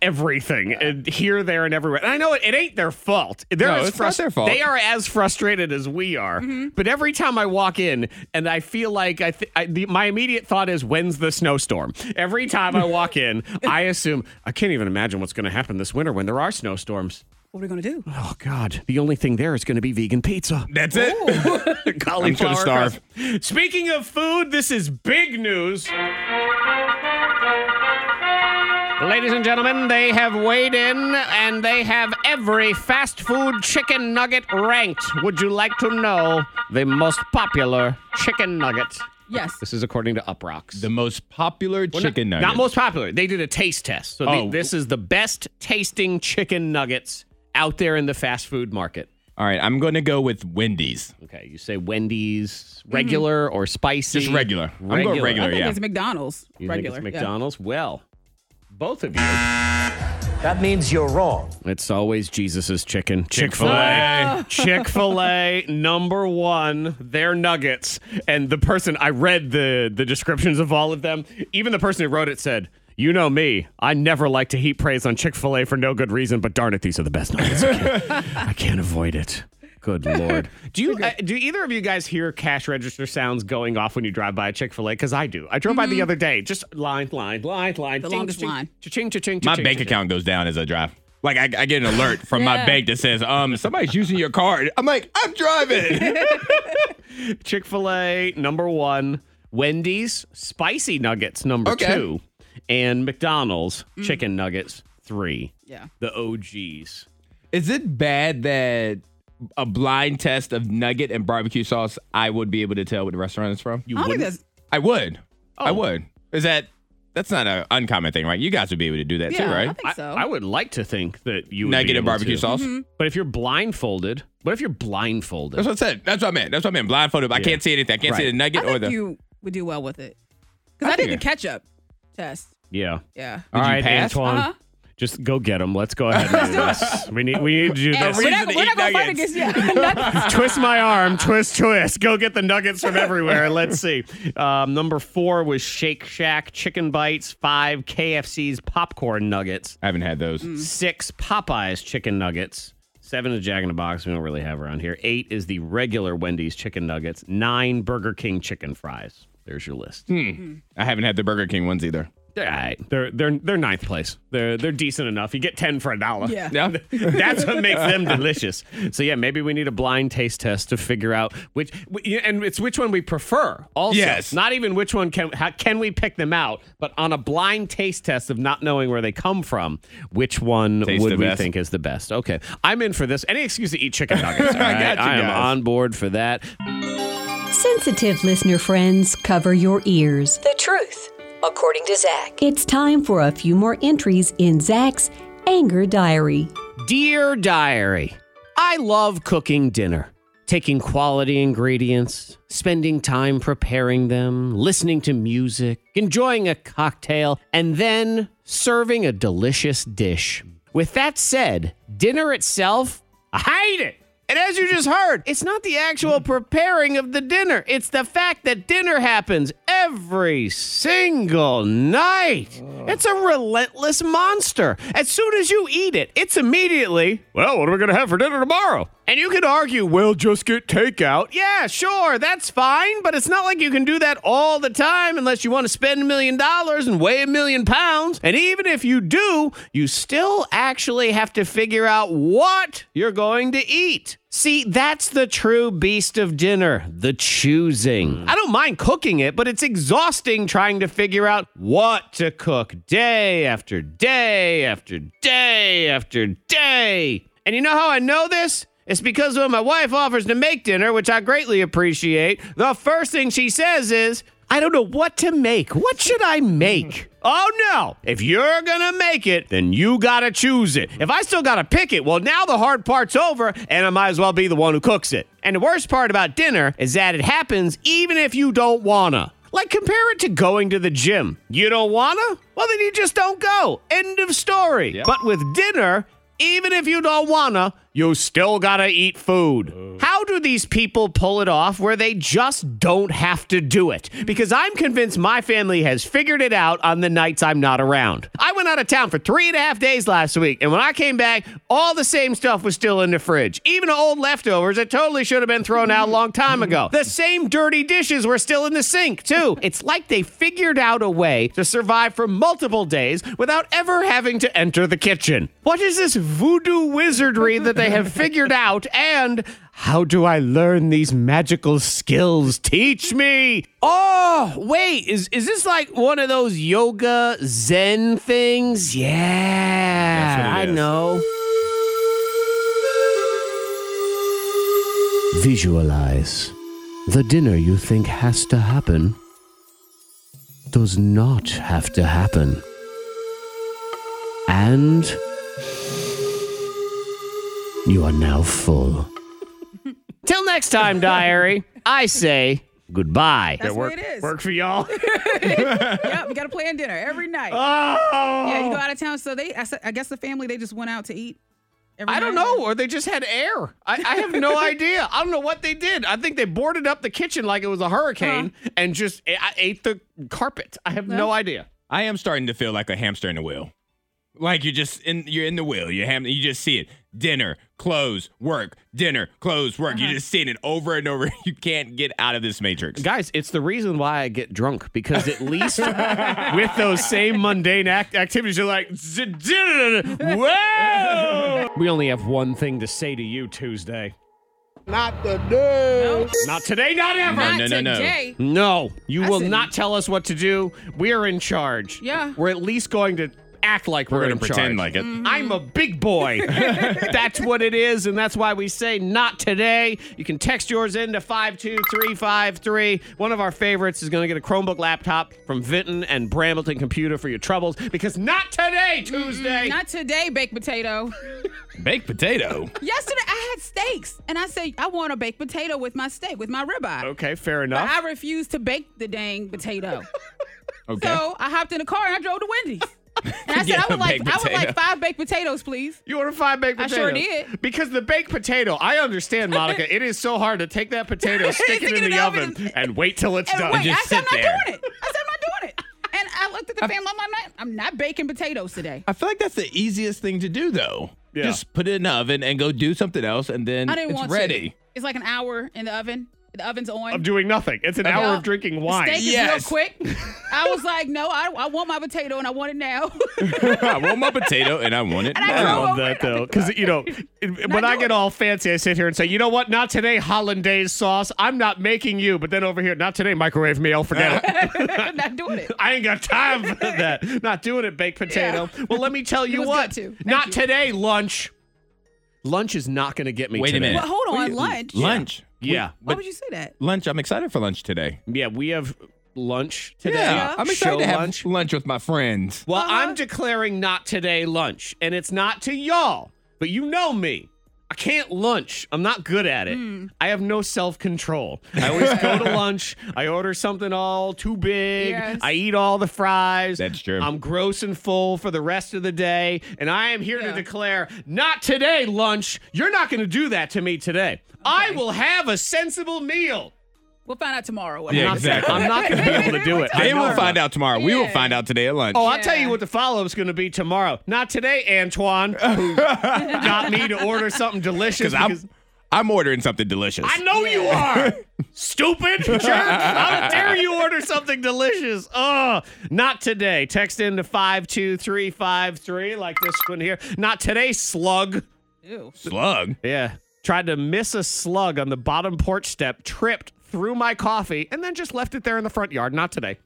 Speaker 1: everything and here there and everywhere and i know it, it ain't their fault They're
Speaker 2: No,
Speaker 1: as
Speaker 2: it's not their fault.
Speaker 1: they are as frustrated as we are but every time i walk in and i feel like i, th- I the, my immediate thought is when's the snowstorm every time i walk in i assume i can't even imagine what's going to happen this winter when there are snowstorms
Speaker 3: what are we gonna do
Speaker 1: oh god the only thing there is going to be vegan pizza
Speaker 2: That's it.
Speaker 1: cauliflower
Speaker 2: I'm gonna starve.
Speaker 1: crust. Speaking of food, this is big news. Ladies and gentlemen, they have weighed in and they have every fast food chicken nugget ranked. Would you like to know the most popular chicken nugget?
Speaker 3: yes
Speaker 1: This is according to UpRocks.
Speaker 2: the most popular
Speaker 1: Well,
Speaker 2: chicken
Speaker 1: not,
Speaker 2: nugget.
Speaker 1: Not most popular. They did a taste test. So they-
Speaker 2: Oh.
Speaker 1: this is the best tasting chicken nuggets out there in the fast food market.
Speaker 2: All right, I'm going to go with Wendy's.
Speaker 1: Okay, you say Wendy's regular or spicy?
Speaker 2: Mm-hmm. Just regular. I'm going regular,
Speaker 3: I think
Speaker 2: yeah.
Speaker 3: it's McDonald's
Speaker 1: You
Speaker 3: regular
Speaker 1: think
Speaker 3: yeah.
Speaker 1: it's McDonald's? Well, both of you.
Speaker 6: That means you're wrong.
Speaker 1: It's always Jesus's chicken.
Speaker 2: Chick-fil-A.
Speaker 1: Chick fil A, number one, their nuggets. And the person, I read the, the descriptions of all of them. Even the person who wrote it said, You know me, I never like to heap praise on Chick fil A for no good reason, but darn it, these are the best nuggets. I can't, I can't avoid it. Good lord! Do you uh, do either of you guys hear cash register sounds going off when you drive by a Chick Fil A? Because I do. I drove by the other day. Just line, line, line, line.
Speaker 3: The
Speaker 1: ding,
Speaker 3: longest
Speaker 1: ching,
Speaker 3: line.
Speaker 1: Cha-ching, cha-ching,
Speaker 2: My
Speaker 1: cha-ching,
Speaker 2: bank
Speaker 1: cha-ching.
Speaker 2: account goes down as I drive. Like I, I get an alert from my
Speaker 3: Yeah.
Speaker 2: bank that says, "Um, somebody's using your card." I'm like, "I'm driving."
Speaker 1: Chick fil A, number one. Wendy's, spicy nuggets, number
Speaker 2: Okay.
Speaker 1: two. And McDonald's, chicken nuggets, three.
Speaker 3: Mm. Yeah.
Speaker 1: The OGs.
Speaker 2: Is it bad that a blind test of nugget and barbecue sauce, I would be able to tell what the restaurant is from?
Speaker 1: You
Speaker 3: I don't think
Speaker 1: wouldn't-
Speaker 3: that's
Speaker 2: I would. I
Speaker 3: Oh.
Speaker 2: would. Is that that's not an uncommon thing, right? You guys would be able to do that
Speaker 3: Yeah,
Speaker 2: too,
Speaker 3: I
Speaker 2: right?
Speaker 3: think Mm-hmm. so.
Speaker 1: I would like to think that you would be
Speaker 2: Nugget and
Speaker 1: able
Speaker 2: barbecue
Speaker 1: to.
Speaker 2: sauce.
Speaker 1: But if you're blindfolded, what if you're
Speaker 2: That's
Speaker 1: blindfolded?
Speaker 2: what I said. That's what I meant. That's what I meant. Blindfolded. I can't see anything. I can't see
Speaker 1: Right.
Speaker 2: the nugget
Speaker 3: I
Speaker 2: or
Speaker 3: think
Speaker 2: the.
Speaker 3: you would do well with it because
Speaker 2: I
Speaker 3: I, did
Speaker 2: think-
Speaker 3: the ketchup test
Speaker 1: Yeah.
Speaker 3: yeah
Speaker 1: All
Speaker 2: you
Speaker 1: right,
Speaker 2: pass?
Speaker 1: Antoine.
Speaker 3: Uh-huh.
Speaker 1: Just go get them. Let's go ahead and do this. We need, we need to do
Speaker 3: And
Speaker 1: this.
Speaker 3: we're
Speaker 2: reason
Speaker 3: not,
Speaker 2: to
Speaker 3: we're
Speaker 2: eat
Speaker 3: not gonna fight
Speaker 2: nuggets.
Speaker 3: against you. Nuggets.
Speaker 1: twist my arm, twist, twist. Go get the nuggets from everywhere. Let's see. Um, number four was Shake Shack chicken bites. Five KFC's popcorn nuggets.
Speaker 2: I haven't had those.
Speaker 3: Mm.
Speaker 1: Six Popeyes chicken nuggets. Seven is Jack in the Box. We don't really have around here. Eight is the regular Wendy's chicken nuggets. Nine Burger King chicken fries. There's your list.
Speaker 2: I haven't had the Burger King ones either.
Speaker 1: They're all right. They're they're they're ninth place. They're they're decent enough. You get ten for a dollar.
Speaker 3: Yeah.
Speaker 2: No.
Speaker 1: That's what makes them delicious. So yeah, maybe we need a blind taste test to figure out which, w- yeah, and it's which one we prefer. Also,
Speaker 2: Yes.
Speaker 1: not even which one can how, can we pick them out, but on a blind taste test of not knowing where they come from, which one
Speaker 2: Taste
Speaker 1: would
Speaker 2: the
Speaker 1: we
Speaker 2: best.
Speaker 1: think is the best? Okay, I'm in for this. Any excuse to eat chicken nuggets. all
Speaker 2: I
Speaker 1: right?
Speaker 2: got you
Speaker 1: I am
Speaker 2: guys.
Speaker 1: on board for that.
Speaker 7: Sensitive listener friends, cover your ears.
Speaker 8: The truth, according to Zach.
Speaker 7: It's time for a few more entries in Zach's anger diary.
Speaker 1: Dear Diary, I love cooking dinner, taking quality ingredients, spending time preparing them, listening to music, enjoying a cocktail, and then serving a delicious dish. With that said, dinner itself, I hate it. And as you just heard, it's not the actual preparing of the dinner. It's the fact that dinner happens every single night. It's a relentless monster. As soon as you eat it, it's immediately, well, what are we going to have for dinner tomorrow? And you can argue, well, just get takeout. Yeah, sure, that's fine, but it's not like you can do that all the time unless you want to spend a million dollars and weigh a million pounds. And even if you do, you still actually have to figure out what you're going to eat. See, that's the true beast of dinner, the choosing. I don't mind cooking it, but it's exhausting trying to figure out what to cook day after day after day after day. And you know how I know this? It's because when my wife offers to make dinner, which I greatly appreciate, the first thing she says is, I don't know what to make. What should I make? Oh no! If you're gonna make it, then you gotta choose it. If I still gotta pick it, well, now the hard part's over, and I might as well be the one who cooks it. And the worst part about dinner is that it happens even if you don't wanna. Like, compare it to going to the gym. You don't wanna? Well, then you just don't go. End of story. But with dinner, even if you don't wanna, you still gotta eat food. How do these people pull it off where they just don't have to do it? Because I'm convinced my family has figured it out on the nights I'm not around. I went out of town for three and a half days last week, and when I came back, all the same stuff was still in the fridge. Even old leftovers that totally should have been thrown out a long time ago. The same dirty dishes were still in the sink, too. It's like they figured out a way to survive for multiple days without ever having to enter the kitchen. What is this voodoo wizardry that they have figured out? And how do I learn these magical skills? Teach me. Oh, wait, is is this like one of those yoga zen things?
Speaker 2: That's
Speaker 1: Yeah.
Speaker 2: what it
Speaker 1: I
Speaker 2: is.
Speaker 1: know. Visualize. The dinner you think has to happen does not have to happen. And you are now full. Till next time, diary, I say goodbye.
Speaker 3: That's what it is.
Speaker 1: for y'all.
Speaker 3: Yep, you got to plan dinner every night. Yeah, you
Speaker 1: Oh.
Speaker 3: go out of town. So they, I, s- I guess the family, they just went out to eat. Every
Speaker 1: I don't
Speaker 3: night.
Speaker 1: know, or they just had air. I, I have no idea. I don't know what they did. I think they boarded up the kitchen like it was a hurricane and just a- I ate the carpet. I have no idea.
Speaker 2: I am starting to feel like a hamster in a wheel. Like you're just in you're in the wheel. You ham you just see it. Dinner, clothes, work, dinner, clothes, work.
Speaker 3: Uh-huh.
Speaker 2: You're just seeing it over and over. You can't get out of this matrix.
Speaker 1: Guys, it's the reason why I get drunk because at least with those same mundane act- activities, you're like, whoa! We only have one thing to say to you Tuesday. Not today. Not today, not ever.
Speaker 3: Not
Speaker 2: No, no, no, no.
Speaker 3: today.
Speaker 1: No, you
Speaker 3: I
Speaker 1: will
Speaker 3: said-
Speaker 1: not tell us what to do. We're in charge.
Speaker 3: Yeah.
Speaker 1: We're at least going to act like we're,
Speaker 2: We're gonna
Speaker 1: in
Speaker 2: pretend
Speaker 1: charge.
Speaker 2: like it.
Speaker 3: Mm-hmm.
Speaker 1: I'm a big boy. that's what it is, and that's why we say not today. You can text yours in to 52353. One of our favorites is going to get a Chromebook laptop from Vinton and Brambleton Computer for your troubles because not today, Tuesday.
Speaker 3: Mm-hmm. Not today, baked potato.
Speaker 2: Baked potato.
Speaker 3: Yesterday, I had steaks, and I said I want a baked potato with my steak, with my ribeye.
Speaker 1: okay, fair
Speaker 3: But
Speaker 1: enough.
Speaker 3: I refused to bake the dang potato.
Speaker 2: Okay.
Speaker 3: so I hopped in the car and I drove to Wendy's. And I said,
Speaker 2: Yeah,
Speaker 3: I would like,
Speaker 2: baked
Speaker 3: I would like
Speaker 2: potato.
Speaker 3: five baked potatoes, please.
Speaker 1: You ordered five baked
Speaker 3: I
Speaker 1: potatoes.
Speaker 3: sure did.
Speaker 1: Because the baked potato, I understand, Monica. it is so hard to take that potato, stick it
Speaker 3: Stick
Speaker 1: in the oven, and wait till it's
Speaker 3: And
Speaker 1: done.
Speaker 3: wait,
Speaker 2: just
Speaker 3: I said, I'm
Speaker 2: sit
Speaker 3: not
Speaker 2: there. Uh,
Speaker 3: doing it. I said, I'm not doing it. And I looked at the family. I'm not, I'm not baking potatoes today.
Speaker 2: I feel like that's the easiest thing to do, though.
Speaker 1: Yeah.
Speaker 2: Just put it in the oven and go do something else, and then
Speaker 3: I didn't
Speaker 2: it's
Speaker 3: want
Speaker 2: ready.
Speaker 3: to. It's like an hour in the oven. The oven's on.
Speaker 1: I'm doing nothing. It's an hour
Speaker 3: Yeah.
Speaker 1: of drinking
Speaker 3: The
Speaker 1: wine.
Speaker 3: Steak is
Speaker 2: Yes.
Speaker 3: real quick. I was like, no, I, I want my potato and I want it now.
Speaker 2: I want my potato and I want it
Speaker 3: And I
Speaker 1: I
Speaker 2: now.
Speaker 3: drove
Speaker 1: love
Speaker 3: over
Speaker 1: that uh,
Speaker 3: and I
Speaker 1: though, because you know, it- when I
Speaker 3: doing
Speaker 1: get all fancy, I sit here and say, you know what? Not today, hollandaise sauce. I'm not making you. But then over here, not today, microwave meal. Forget it.
Speaker 3: I'm not doing it.
Speaker 1: I ain't got time for that. Not doing it, baked potato. Well, let me tell you
Speaker 3: was
Speaker 1: what.
Speaker 3: good, too. Thank
Speaker 1: Not
Speaker 3: you.
Speaker 1: today, lunch. Lunch is not going to get me.
Speaker 2: Wait a
Speaker 1: today.
Speaker 2: minute.
Speaker 3: But hold on, lunch.
Speaker 2: Lunch.
Speaker 1: Yeah,
Speaker 3: Why
Speaker 2: But
Speaker 3: would you say that?
Speaker 2: lunch. I'm excited for lunch today.
Speaker 1: yeah. We have lunch today.
Speaker 2: Yeah, I'm excited
Speaker 1: Show
Speaker 2: to have
Speaker 1: lunch.
Speaker 2: lunch. with my friends.
Speaker 1: Well,
Speaker 3: Uh-huh.
Speaker 1: I'm declaring not today lunch, and it's not to y'all, but you know me. I can't lunch. I'm not good at it.
Speaker 3: Hmm.
Speaker 1: I have no self control. I always go to lunch. I order something all too big.
Speaker 3: Yes.
Speaker 1: I eat all the fries.
Speaker 2: That's true.
Speaker 1: I'm gross and full for the rest of the day. And I am here to
Speaker 3: Yeah.
Speaker 1: declare not today lunch. You're not going to do that to me today. I will have a sensible meal.
Speaker 3: We'll find out tomorrow. What
Speaker 2: Yeah,
Speaker 3: happens.
Speaker 2: exactly.
Speaker 1: I'm not going to be able to do it. I
Speaker 2: They
Speaker 1: know
Speaker 2: will
Speaker 1: I'm
Speaker 2: find
Speaker 1: not.
Speaker 2: out tomorrow. We will
Speaker 3: Yeah.
Speaker 2: find out today at lunch.
Speaker 1: Oh, I'll tell you what the follow up's going to be tomorrow. Not today, Antoine, who got me to order something delicious.
Speaker 2: because I'm,
Speaker 1: because-
Speaker 2: I'm ordering something delicious.
Speaker 1: I know you are. Stupid jerk. How dare you order something delicious? Oh, not today. Text in to 52353 like this one here. Not today, slug.
Speaker 3: Ew.
Speaker 2: Slug.
Speaker 1: Yeah. Tried to miss a slug on the bottom porch step, tripped, threw my coffee, and then just left it there in the front yard. Not today.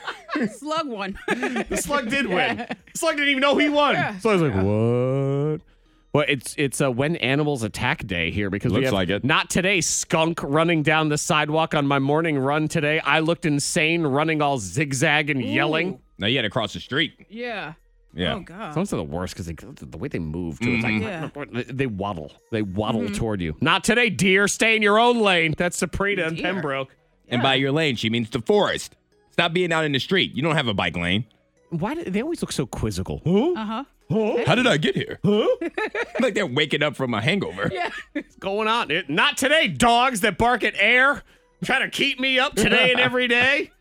Speaker 3: Slug one.
Speaker 1: The slug did win. The slug didn't even know he won. So I was like, what? Well, it's it's uh, when animals attack day here because we
Speaker 2: Looks
Speaker 1: have
Speaker 2: like it.
Speaker 1: not today. Skunk running down the sidewalk on my morning run today. I looked insane running all zigzag and yelling.
Speaker 2: Now you had to cross the street.
Speaker 3: yeah.
Speaker 2: Yeah.
Speaker 3: Oh God.
Speaker 1: Sounds are the worst because the way they move too. It's like
Speaker 3: Yeah.
Speaker 2: Mm-hmm.
Speaker 1: they waddle, they waddle toward you. Not today, dear. Stay in your own lane. That's Saprita and
Speaker 3: Dear.
Speaker 1: Pembroke.
Speaker 2: And by your lane, she means the forest. Stop being out in the street. You don't have a bike lane.
Speaker 1: Why do they always look so quizzical? Huh?
Speaker 3: Uh huh.
Speaker 2: How did I get here? like they're waking up from a hangover.
Speaker 1: going on? It, not today, dogs that bark at air, trying to keep me up today and every day.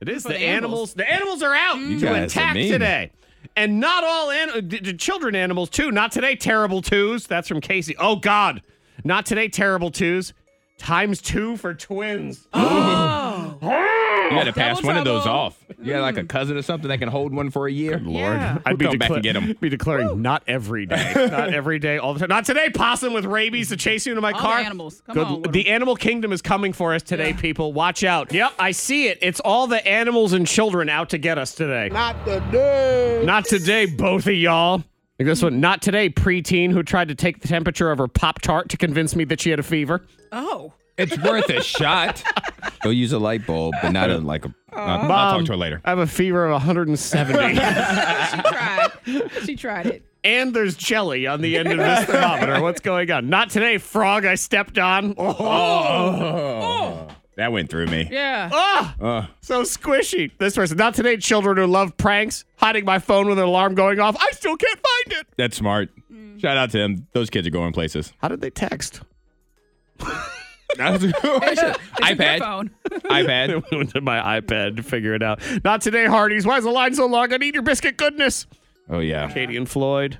Speaker 1: It is the,
Speaker 3: the
Speaker 1: animals. The animals are out
Speaker 2: You
Speaker 1: to
Speaker 2: guys are
Speaker 1: attack
Speaker 2: mean.
Speaker 1: today. And not all an- uh, d- d- children animals, too. Not today, terrible twos. That's from Casey. Oh, God. Not today, terrible twos. Times two for twins.
Speaker 2: You got to pass one of those
Speaker 3: trouble. Mm.
Speaker 2: off. You got like a cousin or something that can hold one for a year.
Speaker 1: Lord.
Speaker 3: Yeah.
Speaker 1: I'd be,
Speaker 2: We'll come back and get 'em.
Speaker 1: be declaring not every day. not every day, all the time. Not today, possum with rabies to chase you into my
Speaker 3: All
Speaker 1: car.
Speaker 3: the animals. Come on with
Speaker 1: the
Speaker 3: 'em.
Speaker 1: animal kingdom is coming for us today, people. Watch out. Yep, I see it. It's all the animals and children out to get us today. Not today. Not today, both of y'all. Like this one, not today, preteen who tried to take the temperature of her Pop Tart to convince me that she had a fever.
Speaker 3: Oh.
Speaker 2: It's worth a shot. Go use a light bulb, but not a like a. I'll talk to her later.
Speaker 1: I have a fever of 170.
Speaker 3: She tried. she tried it.
Speaker 1: and there's jelly on the end of this thermometer. What's going on? Not today, frog I stepped on.
Speaker 2: Oh. That went through me.
Speaker 3: Yeah.
Speaker 1: So squishy. This person, not today, children who love pranks, hiding my phone with an alarm going off. I still can't find it.
Speaker 2: That's smart.
Speaker 3: Mm.
Speaker 2: Shout out to him. Those kids are going places.
Speaker 1: How did they text?
Speaker 3: It's a good
Speaker 2: iPad.
Speaker 3: phone.
Speaker 2: iPad.
Speaker 1: I went to my iPad to figure it out. Not today, Hardee's. Why is the line so long? I need your biscuit goodness.
Speaker 2: Oh yeah.
Speaker 1: Katie and Floyd.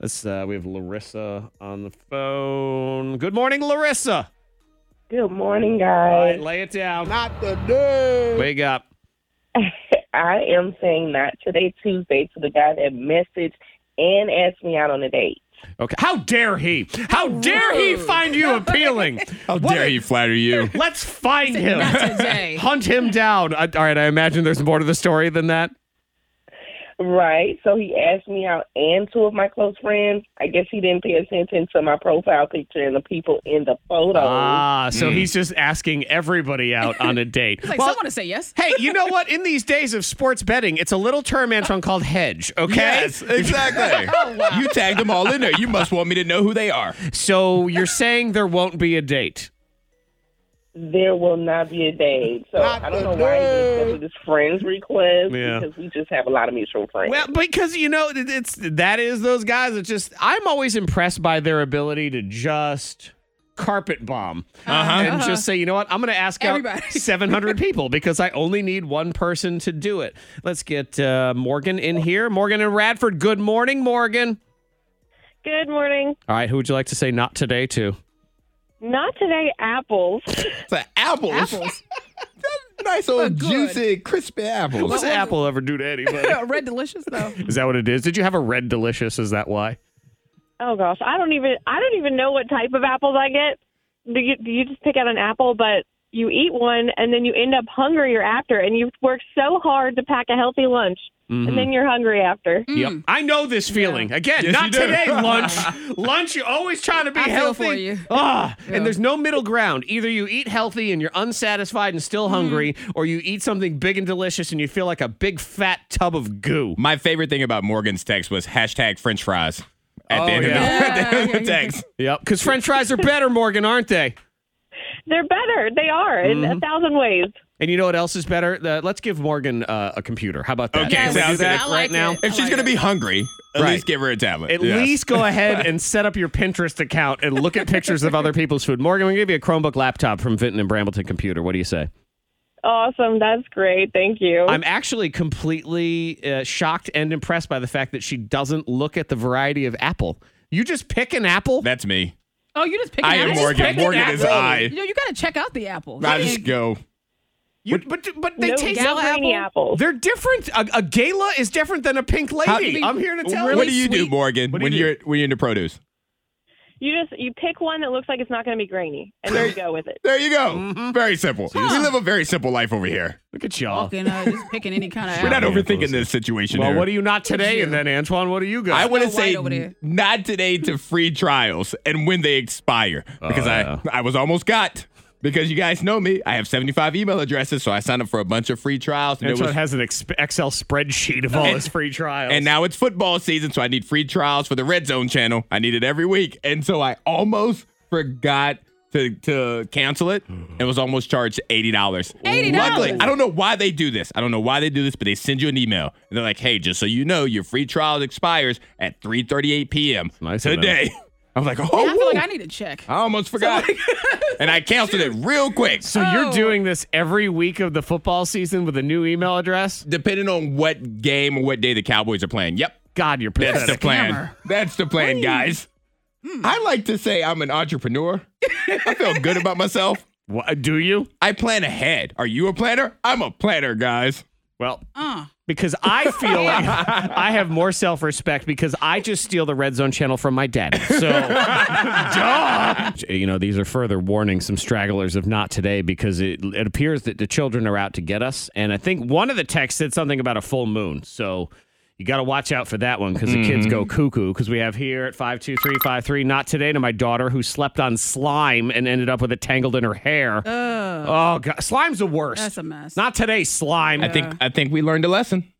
Speaker 1: Let's, uh, we have Larissa on the phone. Good morning, Larissa.
Speaker 9: Good morning,
Speaker 1: All right,
Speaker 9: guys.
Speaker 1: lay it down. Not today. Wake up.
Speaker 9: I am saying not today, Tuesday, to the guy that messaged and asked me out on a date.
Speaker 1: Okay. How dare he? How dare he find you appealing?
Speaker 2: How dare he flatter you?
Speaker 1: Let's find him.
Speaker 3: Not today.
Speaker 1: Hunt him down. I- all right, I imagine there's more to the story than that.
Speaker 9: Right. So he asked me out and two of my close friends. I guess he didn't pay attention to my profile picture and the people in the photo.
Speaker 1: Ah, so he's just asking everybody out on a date.
Speaker 3: Hmm. Like
Speaker 1: Well,
Speaker 3: someone to say yes.
Speaker 1: hey, you know what? In these days of sports betting, it's a little term, Antoine, called hedge, okay?
Speaker 2: Yes, exactly.
Speaker 3: Oh,
Speaker 2: You tagged them all in there. You must want me to know who they are.
Speaker 1: So you're saying there won't be a date.
Speaker 9: There will not be a day. So
Speaker 2: Not
Speaker 9: I don't
Speaker 2: a
Speaker 9: know why
Speaker 2: day.
Speaker 9: he accepted this friend's request
Speaker 1: Yeah.
Speaker 9: because we just have a lot of mutual friends.
Speaker 1: Well, because you know, it- it's that is those guys that just I'm always impressed by their ability to just carpet bomb and just say, you know what, I'm going to ask
Speaker 3: Everybody.
Speaker 1: out 700 people because I only need one person to do it. Let's get uh, Morgan in here. Morgan and Radford. Good morning, Morgan.
Speaker 10: Good morning.
Speaker 1: All right, who would you like to say not today to?
Speaker 10: Not today, apples.
Speaker 2: It's like apples.
Speaker 3: Apples.
Speaker 2: nice old
Speaker 3: good.
Speaker 2: juicy, crispy apples.
Speaker 1: What's Apple ever do to anybody?
Speaker 3: Red delicious though.
Speaker 1: is that what it is? Did you have a red delicious? Is that why?
Speaker 10: Oh gosh, I don't even I don't even know what type of apples I get. Do you, do you just pick out an apple, but you eat one and then you end up hungrier after, and you work so hard to pack a healthy lunch, and then you're hungry after.
Speaker 1: Yep. Mm. I know this feeling. Again,
Speaker 2: Yes,
Speaker 1: not
Speaker 2: you do.
Speaker 1: today, lunch. lunch, you're always trying to be
Speaker 3: I feel
Speaker 1: healthy.
Speaker 3: for you.
Speaker 1: Ah,
Speaker 3: Yeah.
Speaker 1: and there's no middle ground. Either you eat healthy and you're unsatisfied and
Speaker 3: Mm.
Speaker 1: still hungry, or you eat something big and delicious and you feel like a big fat tub of goo.
Speaker 2: My favorite thing about Morgan's text was hashtag French fries at
Speaker 1: Oh,
Speaker 2: the end of
Speaker 1: yeah.
Speaker 2: the, at the end of the text.
Speaker 1: Yep. Because french fries are better, Morgan, aren't they?
Speaker 10: They're better. They are in a thousand ways.
Speaker 1: And you know what else is better? The, let's give Morgan uh, a computer. How about that?
Speaker 2: Okay,
Speaker 1: Can we do
Speaker 2: sounds
Speaker 1: that
Speaker 2: good. I
Speaker 1: right
Speaker 3: like it.
Speaker 1: now?
Speaker 2: If she's gonna be hungry, at
Speaker 1: Right.
Speaker 2: least give her a tablet.
Speaker 1: At
Speaker 2: Yes.
Speaker 1: least go ahead and set up your Pinterest account and look at pictures of other people's food. Morgan, we're going to give you a Chromebook laptop from Vinton and Brambleton Computer. What do you say?
Speaker 10: Awesome. That's great. Thank you.
Speaker 1: I'm actually completely uh, shocked and impressed by the fact that she doesn't look at the variety of apple. You just pick an apple?
Speaker 2: that's me.
Speaker 3: Oh, you just pick.
Speaker 2: I am
Speaker 3: apple.
Speaker 2: Morgan. Morgan is
Speaker 3: You
Speaker 2: I.
Speaker 3: know, you gotta check out the apple.
Speaker 2: I just go.
Speaker 1: You- but but they
Speaker 10: no
Speaker 1: taste
Speaker 10: Galverini apples.
Speaker 1: They're different. A, a gala is different than a pink lady.
Speaker 2: How-
Speaker 1: I'm here to tell
Speaker 2: what do
Speaker 1: you.
Speaker 2: you do,
Speaker 3: sweet-
Speaker 2: Morgan,
Speaker 1: What do you
Speaker 2: when
Speaker 1: do?
Speaker 2: you're when you're into produce?
Speaker 10: You just you pick one that looks like it's not going to be grainy, and then you go with it.
Speaker 2: There you go.
Speaker 1: Mm-hmm.
Speaker 2: Very simple. We live a very simple life over here.
Speaker 1: Look at y'all.
Speaker 3: Fucking, uh, just picking any kind of
Speaker 2: Oh. We're
Speaker 3: apple.
Speaker 2: not
Speaker 1: Yeah,
Speaker 2: overthinking
Speaker 1: close.
Speaker 2: this situation.
Speaker 1: Well,
Speaker 2: here.
Speaker 1: what are you not today?
Speaker 3: you.
Speaker 1: And then, Antoine, what do you got?
Speaker 2: I want to
Speaker 3: Snow White
Speaker 2: say
Speaker 3: over there.
Speaker 2: not today to free trials and when they expire because
Speaker 1: Oh, yeah.
Speaker 2: I I was almost got because you guys know me. I have 75 email addresses, so I signed up for a bunch of free trials. And, it
Speaker 1: Antoine
Speaker 2: was-
Speaker 1: has an exp- Excel spreadsheet of all his free trials.
Speaker 2: and now it's football season, so I need free trials for the Red Zone channel. I need it every week, and so I almost forgot. To, to cancel it and was almost charged eighty dollars.
Speaker 3: $80?
Speaker 2: Luckily, I don't know why they do this. I don't know why they do this, but they send you an email and they're like, "Hey, just so you know, your free trial expires at three thirty eight p.m.
Speaker 1: nice of them.
Speaker 2: today." I was like, "Oh,
Speaker 3: I feel
Speaker 2: woo."
Speaker 3: like I need to check.
Speaker 2: I almost forgot. and I canceled it real quick.
Speaker 1: so you're
Speaker 3: Oh.
Speaker 1: doing this every week of the football season with a new email address?
Speaker 2: Depending on what game or what day the Cowboys are playing. Yep.
Speaker 1: God, you're
Speaker 2: That's
Speaker 1: pathetic.
Speaker 2: the plan.
Speaker 3: Scammer.
Speaker 2: That's the plan, guys. I like to say I'm an entrepreneur. I feel good about myself.
Speaker 1: What, do you?
Speaker 2: I plan ahead. Are you a planner? I'm a planner, guys.
Speaker 1: Well,
Speaker 3: Uh,
Speaker 1: because I feel like I have more self respect because I just steal the Red Zone channel from my daddy. So, Duh. you know, these are further warnings, some stragglers of not today because it, it appears that the children are out to get us. And I think one of the texts said something about a full moon. So, you got to watch out for that one because the kids go cuckoo. Because we have here at 52353, not today to my daughter who slept on slime and ended up with it tangled in her hair. oh, God. Slime's the worst.
Speaker 3: that's a mess.
Speaker 1: Not today, slime.
Speaker 2: I think I think we learned a lesson.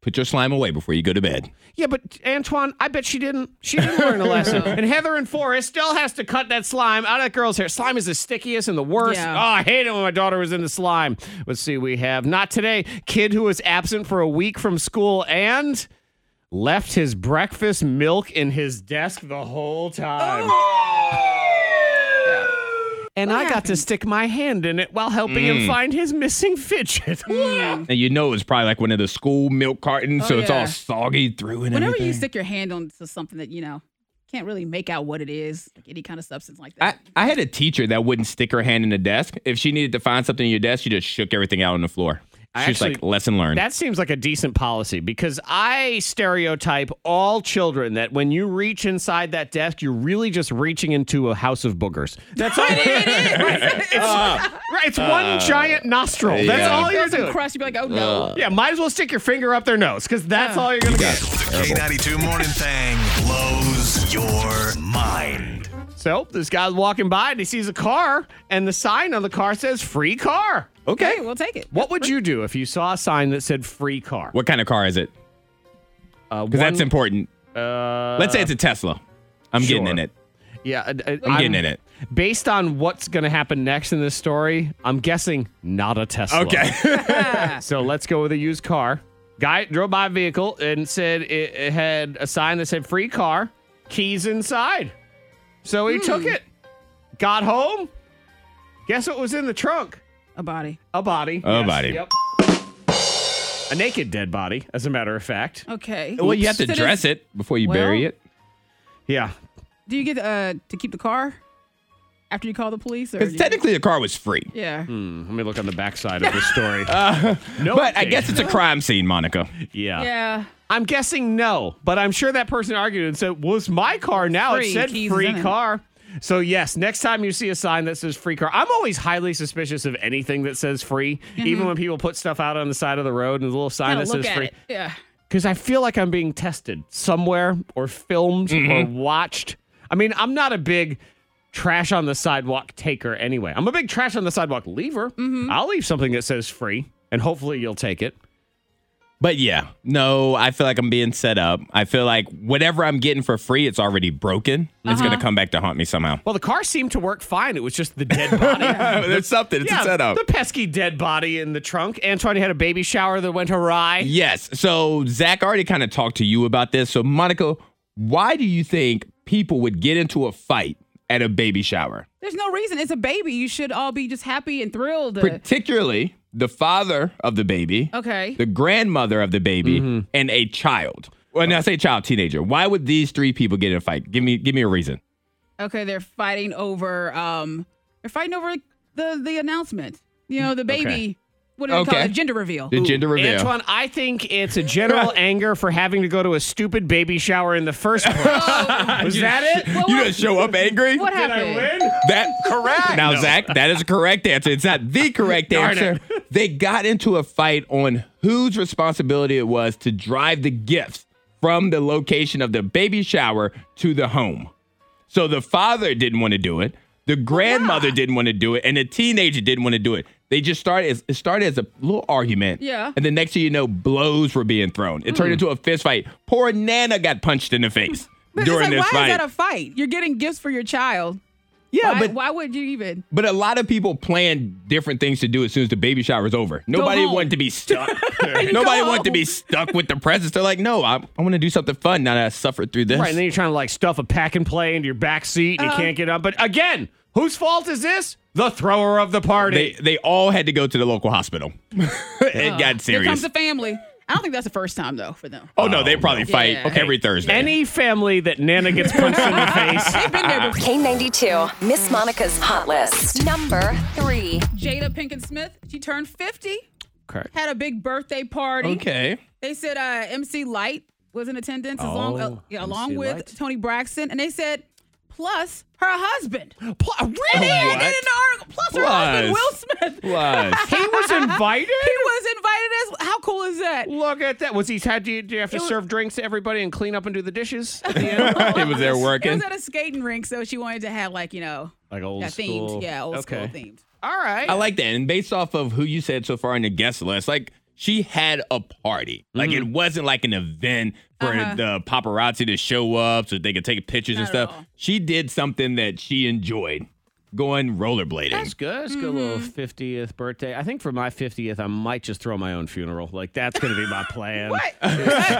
Speaker 2: Put your slime away before you go to bed.
Speaker 1: Yeah, but Antoine, I bet she didn't. She didn't learn a lesson. And Heather and Forrest still has to cut that slime out of that girl's hair. Slime is the stickiest and the worst.
Speaker 3: Yeah.
Speaker 1: Oh, I hate it when my daughter was in the slime. Let's see, we have not today. Kid who was absent for a week from school and left his breakfast milk in his desk the whole time. And I got to stick my hand in it while helping him find his missing fidget.
Speaker 2: And you know it's probably like one of the school milk cartons, so it's
Speaker 3: yeah.
Speaker 2: all soggy through and
Speaker 3: Whenever
Speaker 2: everything.
Speaker 3: you stick your hand onto something that you know can't really make out what it is, like any kind of substance like
Speaker 2: I,
Speaker 3: that.
Speaker 2: I had a teacher that wouldn't stick her hand in the desk. If she needed to find something in your desk, she just shook everything out on the floor.
Speaker 1: I
Speaker 2: She's like,
Speaker 1: actually-
Speaker 2: lesson learned.
Speaker 1: That seems like a decent policy because I stereotype all children that when you reach inside that desk, you're really just reaching into a house of boogers. That's all it is. Right. It's, right, it's one giant nostril. That's
Speaker 2: Uh, yeah.
Speaker 1: all you're
Speaker 3: There's some
Speaker 1: doing.
Speaker 3: crust. You'd be like, oh no.
Speaker 1: yeah, might as well stick your finger up their nose because that's all you're going to get.
Speaker 11: The K92 Morning Thing blows your mind.
Speaker 1: So this guy's walking by and he sees a car, and the sign on the car says free car.
Speaker 3: okay, we'll take it.
Speaker 1: What would you do if you saw a sign that said free car? Uh,
Speaker 2: what kind of car is it?
Speaker 1: Because
Speaker 2: Because that's important.
Speaker 1: Uh,
Speaker 2: Let's say it's a Tesla. I'm getting
Speaker 1: sure.
Speaker 2: in it.
Speaker 1: yeah, I- I-
Speaker 2: I'm, getting in it.
Speaker 1: based on what's going to happen next in this story, I'm guessing not a Tesla.
Speaker 2: Okay.
Speaker 1: so let's go with a used car. Guy drove by a vehicle and said it, it had a sign that said free car, keys inside. So
Speaker 2: Hmm.
Speaker 1: he took it, got home. Guess what was in the trunk?
Speaker 3: A body.
Speaker 1: A body.
Speaker 2: A body.
Speaker 1: Yep. A naked dead body, as a matter of fact.
Speaker 3: Okay.
Speaker 2: Well, you have to
Speaker 3: So does-
Speaker 2: dress it before you
Speaker 3: Well-
Speaker 2: bury it.
Speaker 1: Yeah.
Speaker 3: Do you get uh, to keep the car after you call the police? Or do
Speaker 2: Because
Speaker 3: you-
Speaker 2: technically the car was free.
Speaker 3: yeah.
Speaker 1: Hmm, let me look on the backside of the story. no
Speaker 2: Uh, but I
Speaker 1: update.
Speaker 2: guess it's a crime scene, Monica.
Speaker 1: Yeah.
Speaker 3: Yeah.
Speaker 1: I'm guessing no, but I'm sure that person argued and said, "Was my car now?"
Speaker 3: free,
Speaker 1: it said
Speaker 3: keys
Speaker 1: free
Speaker 3: in it.
Speaker 1: car. So yes, next time you see a sign that says free car, I'm always highly suspicious of anything that says free, even when people put stuff out on the side of the road and there's a little sign
Speaker 3: Gotta
Speaker 1: that
Speaker 3: Mm-hmm. look
Speaker 1: says
Speaker 3: at
Speaker 1: free.
Speaker 3: it. Yeah.
Speaker 1: Because I feel like I'm being tested somewhere or filmed or watched. I mean, I'm not a big trash on the sidewalk taker anyway. I'm a big trash on the sidewalk leaver.
Speaker 3: Mm-hmm.
Speaker 1: I'll leave something that says free, and hopefully you'll take it.
Speaker 2: But yeah, no, I feel like I'm being set up. I feel like whatever I'm getting for free, it's already broken. It's going to come back to haunt me somehow.
Speaker 1: Well, the car seemed to work fine. It was just the dead body.
Speaker 2: Oh, There's something. It's a setup.
Speaker 1: The pesky dead body in the trunk. Antoine had a baby shower that went awry.
Speaker 2: Yes. So Zach already kind of talked to you about this. So Monica, why do you think people would get into a fight at a baby shower?
Speaker 3: There's no reason. It's a baby. You should all be just happy and thrilled. uh,
Speaker 2: Particularly the father of the baby,
Speaker 3: okay.
Speaker 2: the grandmother of the baby, and a child. Well, now I say child, teenager. Why would these three people get in a fight? Give me, give me a reason.
Speaker 3: Okay. They're fighting over. Um. They're fighting over the the announcement. You know, the baby. What do they call
Speaker 2: Okay.
Speaker 3: it? Gender reveal.
Speaker 2: The gender reveal.
Speaker 1: Antoine, I think it's a general anger for having to go to a stupid baby shower in the first place. Was that it?
Speaker 3: Well,
Speaker 2: Oh, you
Speaker 3: what-
Speaker 2: didn't show up angry.
Speaker 3: What happened?
Speaker 2: That correct. Now,
Speaker 1: No.
Speaker 2: Zach, that is a correct answer. It's not the correct
Speaker 1: Darn
Speaker 2: answer. They got into a fight on whose responsibility it was to drive the gifts from the location of the baby shower to the home. So the father didn't want to do it.
Speaker 3: Oh,
Speaker 2: The grandmother didn't want to do it, and the teenager didn't want to do it. They just started. as- It started as a little argument.
Speaker 3: Yeah. Mm.
Speaker 2: And the next thing you know, blows were being thrown. It turned into a fist fight. Poor Nana got punched in the face
Speaker 3: But
Speaker 2: during
Speaker 3: it's like,
Speaker 2: this
Speaker 3: why
Speaker 2: fight.
Speaker 3: is that a fight? You're getting gifts for your child.
Speaker 2: yeah,
Speaker 3: why,
Speaker 2: but
Speaker 3: why would you even?
Speaker 2: But a lot of people plan different things to do as soon as the baby shower is over. Nobody
Speaker 3: home.
Speaker 2: wanted to be stuck. Nobody
Speaker 3: go
Speaker 2: wanted to
Speaker 3: home.
Speaker 2: be stuck with the presents. They're like, no, I, I want to do something fun now that I suffered through this.
Speaker 1: Right, and then you're trying to like stuff a pack and play into your back seat
Speaker 3: Uh-huh.
Speaker 1: and you can't get up. But again, whose fault is this? The thrower of the
Speaker 2: they
Speaker 1: party.
Speaker 2: they all had to go to the local hospital. it got
Speaker 3: Here comes
Speaker 2: serious.
Speaker 3: the family. I don't think that's the first time though for them.
Speaker 2: oh no, they probably fight
Speaker 3: Yeah.
Speaker 2: every Thursday.
Speaker 1: Any family that Nana gets punched in the face.
Speaker 3: They've been there before.
Speaker 4: K92, Miss Monica's Hot List. Number three.
Speaker 3: Jada Pinkett Smith. She turned 50.
Speaker 1: Correct.
Speaker 3: Had a big birthday party.
Speaker 2: okay.
Speaker 3: They said uh, MC Light was in attendance as long, uh,
Speaker 1: Oh,
Speaker 3: yeah, along
Speaker 1: MC
Speaker 3: with
Speaker 1: Light.
Speaker 3: Tony Braxton, and they said plus her husband. Plus,
Speaker 1: Pl-
Speaker 3: and
Speaker 1: Really?
Speaker 3: then
Speaker 2: Oh, What?
Speaker 3: I did an article. Plus, her husband, Will
Speaker 2: Plus.
Speaker 3: Smith.
Speaker 2: Was.
Speaker 1: He was invited?
Speaker 3: He was invited as. How cool is that?
Speaker 1: Look at that. Was he had do you, do you have to
Speaker 3: It was-
Speaker 1: serve drinks to everybody and clean up and do the dishes? At the end?
Speaker 2: it was there
Speaker 3: It
Speaker 2: working.
Speaker 3: was at a skating rink, so she wanted to have like you know,
Speaker 1: like old
Speaker 3: yeah, themed, yeah, old
Speaker 1: okay.
Speaker 3: school themed.
Speaker 1: All right.
Speaker 2: I like that. And based off of who you said so far in the guest list, like she had a party. Like it
Speaker 3: Mm-hmm.
Speaker 2: wasn't like an event for the paparazzi to show up so they could take pictures and
Speaker 3: Uh-huh. Not at
Speaker 2: stuff.
Speaker 3: all.
Speaker 2: She did something that she enjoyed going rollerblading.
Speaker 1: That's good. It's a good
Speaker 3: Mm-hmm.
Speaker 1: little 50th birthday. I think for my 50th, I might just throw my own funeral. Like, that's going to be my plan.
Speaker 3: What?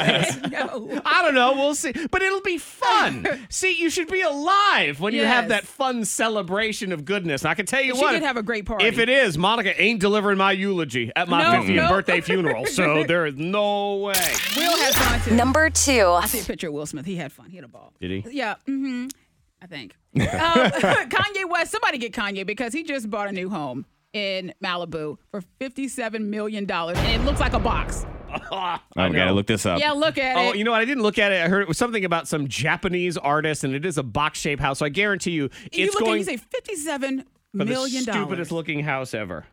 Speaker 3: no.
Speaker 1: I don't know. We'll see. But it'll be fun. see, you should be alive when you have
Speaker 3: Yes.
Speaker 1: that fun celebration of goodness. And I can tell you
Speaker 3: She
Speaker 1: what.
Speaker 3: did have a great party.
Speaker 1: If it is, Monica ain't delivering my eulogy at my
Speaker 3: No,
Speaker 1: 50th
Speaker 3: no.
Speaker 1: birthday funeral. So there is no way.
Speaker 3: Will has fun too.
Speaker 4: Number two.
Speaker 3: I see a picture of Will Smith. He had fun. He had a ball.
Speaker 1: Did he?
Speaker 3: Yeah. Mm-hmm. I think. um, Kanye West. Somebody get Kanye because he just bought a new home in Malibu for fifty-seven million dollars, and it looks like a box.
Speaker 2: Oh, we gotta
Speaker 1: know.
Speaker 2: look this up.
Speaker 3: Yeah, look at
Speaker 1: Oh,
Speaker 3: it.
Speaker 1: you know what? I didn't look at it. I heard it was something about some Japanese artist, and it is a box shaped house. So I guarantee you,
Speaker 3: you
Speaker 1: it's
Speaker 3: look
Speaker 1: going
Speaker 3: at it, you say fifty-seven
Speaker 1: for the
Speaker 3: million dollars.
Speaker 1: stupidest looking house ever.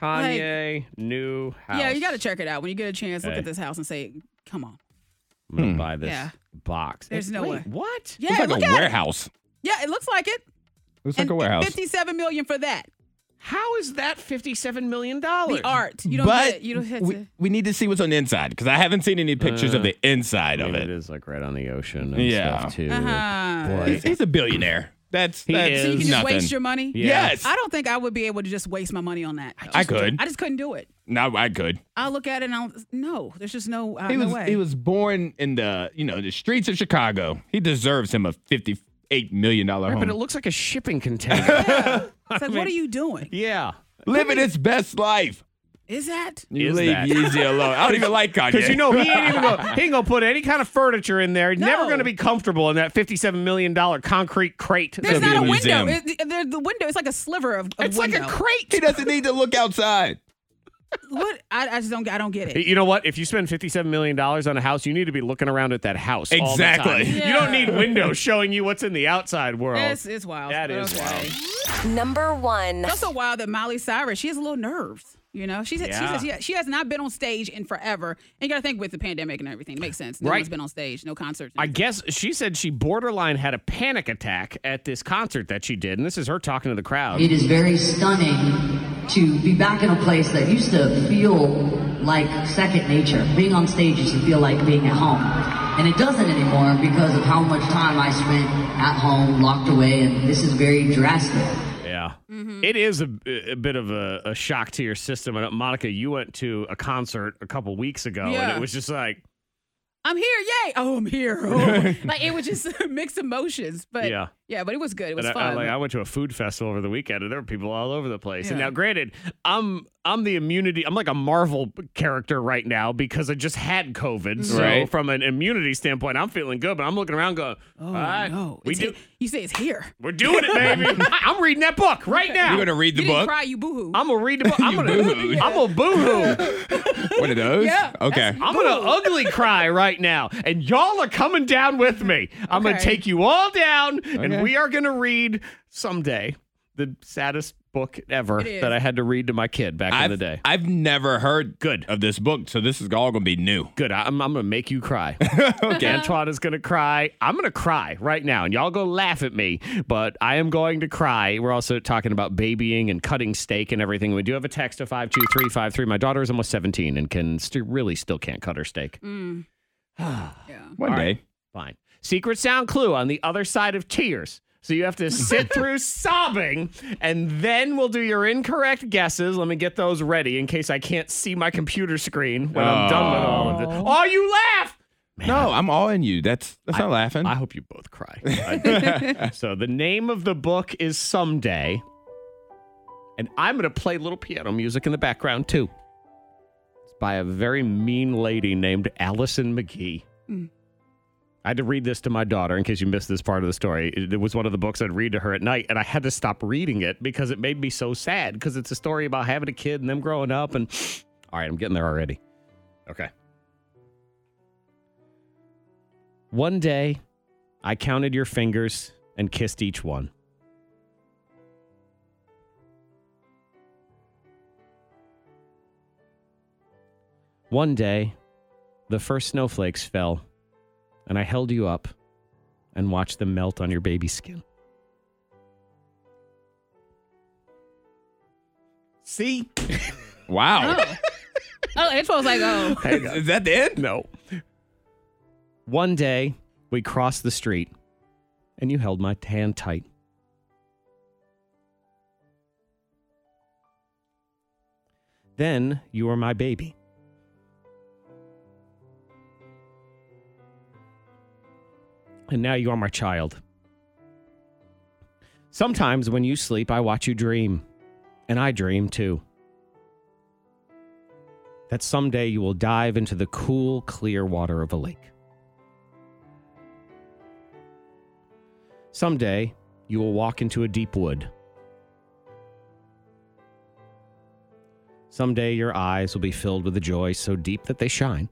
Speaker 1: Kanye new house.
Speaker 3: Yeah, you got to check it out when you get a chance. Look
Speaker 1: Okay.
Speaker 3: at this house and say, "Come on."
Speaker 1: I'm
Speaker 2: Hmm.
Speaker 1: gonna buy this
Speaker 3: Yeah.
Speaker 1: box.
Speaker 3: There's
Speaker 1: It-
Speaker 3: no
Speaker 1: wait,
Speaker 3: way.
Speaker 1: What?
Speaker 3: Yeah,
Speaker 2: It's like
Speaker 3: look
Speaker 2: a
Speaker 3: at it.
Speaker 2: warehouse.
Speaker 3: Yeah, it looks like it.
Speaker 2: It's like a warehouse.
Speaker 3: Fifty-seven million for that.
Speaker 1: How is that fifty-seven million dollars?
Speaker 3: The art. You don't.
Speaker 2: but
Speaker 3: get, you don't have to.
Speaker 2: we, we need to see what's on the inside because I haven't seen any pictures of the inside of
Speaker 1: Uh, it
Speaker 2: it.
Speaker 1: is like right on the ocean and
Speaker 2: Yeah.
Speaker 1: stuff too.
Speaker 3: Uh-huh.
Speaker 2: He's, he's a billionaire. That's
Speaker 1: He
Speaker 2: that's
Speaker 1: is.
Speaker 3: So you can just
Speaker 2: nothing.
Speaker 3: waste your money?
Speaker 2: Yes.
Speaker 3: I don't think I would be able to just waste my money on that. though.
Speaker 2: I could.
Speaker 3: I just couldn't do it.
Speaker 2: No, I could.
Speaker 3: I'll look at it and I'll no. There's just no, uh,
Speaker 2: He
Speaker 3: no
Speaker 2: was
Speaker 3: way.
Speaker 2: he was born in the you know the streets of Chicago. He deserves him a fifty eight million dollar
Speaker 1: But it
Speaker 2: home.
Speaker 1: looks like a shipping container.
Speaker 3: It's like, what are you doing?
Speaker 1: yeah.
Speaker 2: Living his best life.
Speaker 3: Is that?
Speaker 2: You
Speaker 1: Is
Speaker 2: leave
Speaker 1: that-
Speaker 2: Yeezy alone. I don't even like Kanye.
Speaker 1: Because you know he ain't even gonna, he ain't gonna put any kind of furniture in there. He's Never
Speaker 3: No.
Speaker 1: gonna be comfortable in that fifty-seven million dollar concrete crate.
Speaker 3: There's
Speaker 1: that-
Speaker 2: be
Speaker 3: not
Speaker 2: a
Speaker 3: a window.
Speaker 2: museum.
Speaker 3: It- there- the window. It's like a sliver of. of
Speaker 1: it's like a
Speaker 3: window.
Speaker 1: crate.
Speaker 2: he doesn't need to look outside.
Speaker 3: What? I, I just don't. I don't get it.
Speaker 1: You know what? If you spend fifty-seven million dollars on a house, you need to be looking around at that house. all the time.
Speaker 2: Exactly.
Speaker 1: You don't need windows showing you what's in the outside world.
Speaker 3: It's, it's wild.
Speaker 1: That is
Speaker 3: Okay.
Speaker 1: wild.
Speaker 4: Number one.
Speaker 3: It's also wild that Molly Cyrus, she has a little nerves. You know, she's, she
Speaker 1: Yeah.
Speaker 3: says she, she has not been on stage in forever. And you got to think with the pandemic and everything, makes sense. No
Speaker 1: Right.
Speaker 3: one's been on stage, no concerts.
Speaker 1: I guess she said she borderline had a panic attack at this concert that she did, and this is her talking to the crowd.
Speaker 12: It is very stunning to be back in a place that used to feel like second nature. Being on stage used to feel like being at home. And it doesn't anymore because of how much time I spent at home, locked away, and this is very drastic.
Speaker 1: Yeah.
Speaker 3: Mm-hmm.
Speaker 1: It is a, a bit of a, a shock to your system. And uh, Monica, you went to a concert a couple weeks ago, and
Speaker 3: Yeah.
Speaker 1: it was just like,
Speaker 3: I'm here, yay! Oh, I'm here. Oh. like it was just mixed emotions, but
Speaker 1: Yeah.
Speaker 3: yeah, but it was good. It was
Speaker 1: and I, I,
Speaker 3: fun.
Speaker 1: like I went to a food festival over the weekend, and there were people all over the place. And
Speaker 3: Yeah.
Speaker 1: now, granted, I'm I'm the immunity. I'm like a Marvel character right now because I just had
Speaker 3: Mm-hmm.
Speaker 1: COVID. So
Speaker 2: Right.
Speaker 1: from an immunity standpoint, I'm feeling good, but I'm looking around going, all
Speaker 3: oh
Speaker 1: right,
Speaker 3: no,
Speaker 1: we
Speaker 3: It's
Speaker 1: do,
Speaker 3: he- you say it's here.
Speaker 1: we're doing it, baby. I'm reading that book right now.
Speaker 2: You're gonna read the
Speaker 3: you
Speaker 2: book.
Speaker 3: didn't cry, you boohoo.
Speaker 1: I'm gonna read the book. I'm
Speaker 2: You
Speaker 1: gonna
Speaker 2: boohooed.
Speaker 1: I'm gonna boohoo.
Speaker 2: One of those.
Speaker 3: Yeah,
Speaker 2: Okay.
Speaker 1: I'm gonna ugly cry right now, and y'all are coming down with me. I'm gonna
Speaker 3: Okay.
Speaker 1: take you all down, and
Speaker 2: Okay.
Speaker 1: we are gonna read someday the saddest book ever
Speaker 3: is.
Speaker 1: that I had to read to my kid back in
Speaker 2: I've,
Speaker 1: the day.
Speaker 2: I've never heard good of this book, so this is all gonna be new.
Speaker 1: Good. I- I'm, I'm gonna make you cry. okay. Antoine is gonna cry. I'm gonna cry right now, and y'all go laugh at me, but I am going to cry. We're also talking about babying and cutting steak and everything. We do have a text to five two three five three. My daughter is almost 17 and can st- really still can't cut her steak.
Speaker 3: Mm. yeah.
Speaker 2: One day.
Speaker 1: Fine. Secret sound clue on the other side of tears. So you have to sit through sobbing, and then we'll do your incorrect guesses. Let me get those ready in case I can't see my computer screen when I'm done with all of this. Oh, you laugh!
Speaker 2: No, I'm all in you. That's that's not laughing.
Speaker 1: I hope you both cry. so the name of the book is Someday, and I'm going to play little piano music in the background too. It's by a very mean lady named Allison McGee. I had to read this to my daughter in case you missed this part of the story. It, it was one of the books I'd read to her at night, and I had to stop reading it because it made me so sad because it's a story about having a kid and them growing up. And all right, I'm getting there already. Okay. One day, I counted your fingers and kissed each one. One day, the first snowflakes fell, and I held you up and watched them melt on your baby skin. See?
Speaker 2: wow.
Speaker 3: Oh. oh, Antoine's like, oh,
Speaker 2: Is, is that the end?
Speaker 1: No. One day, we crossed the street, and you held my hand tight. Then you were my baby. And now you are my child. Sometimes when you sleep, I watch you dream, and I dream too that someday you will dive into the cool, clear water of a lake. Someday you will walk into a deep wood. Someday your eyes will be filled with a joy so deep that they shine.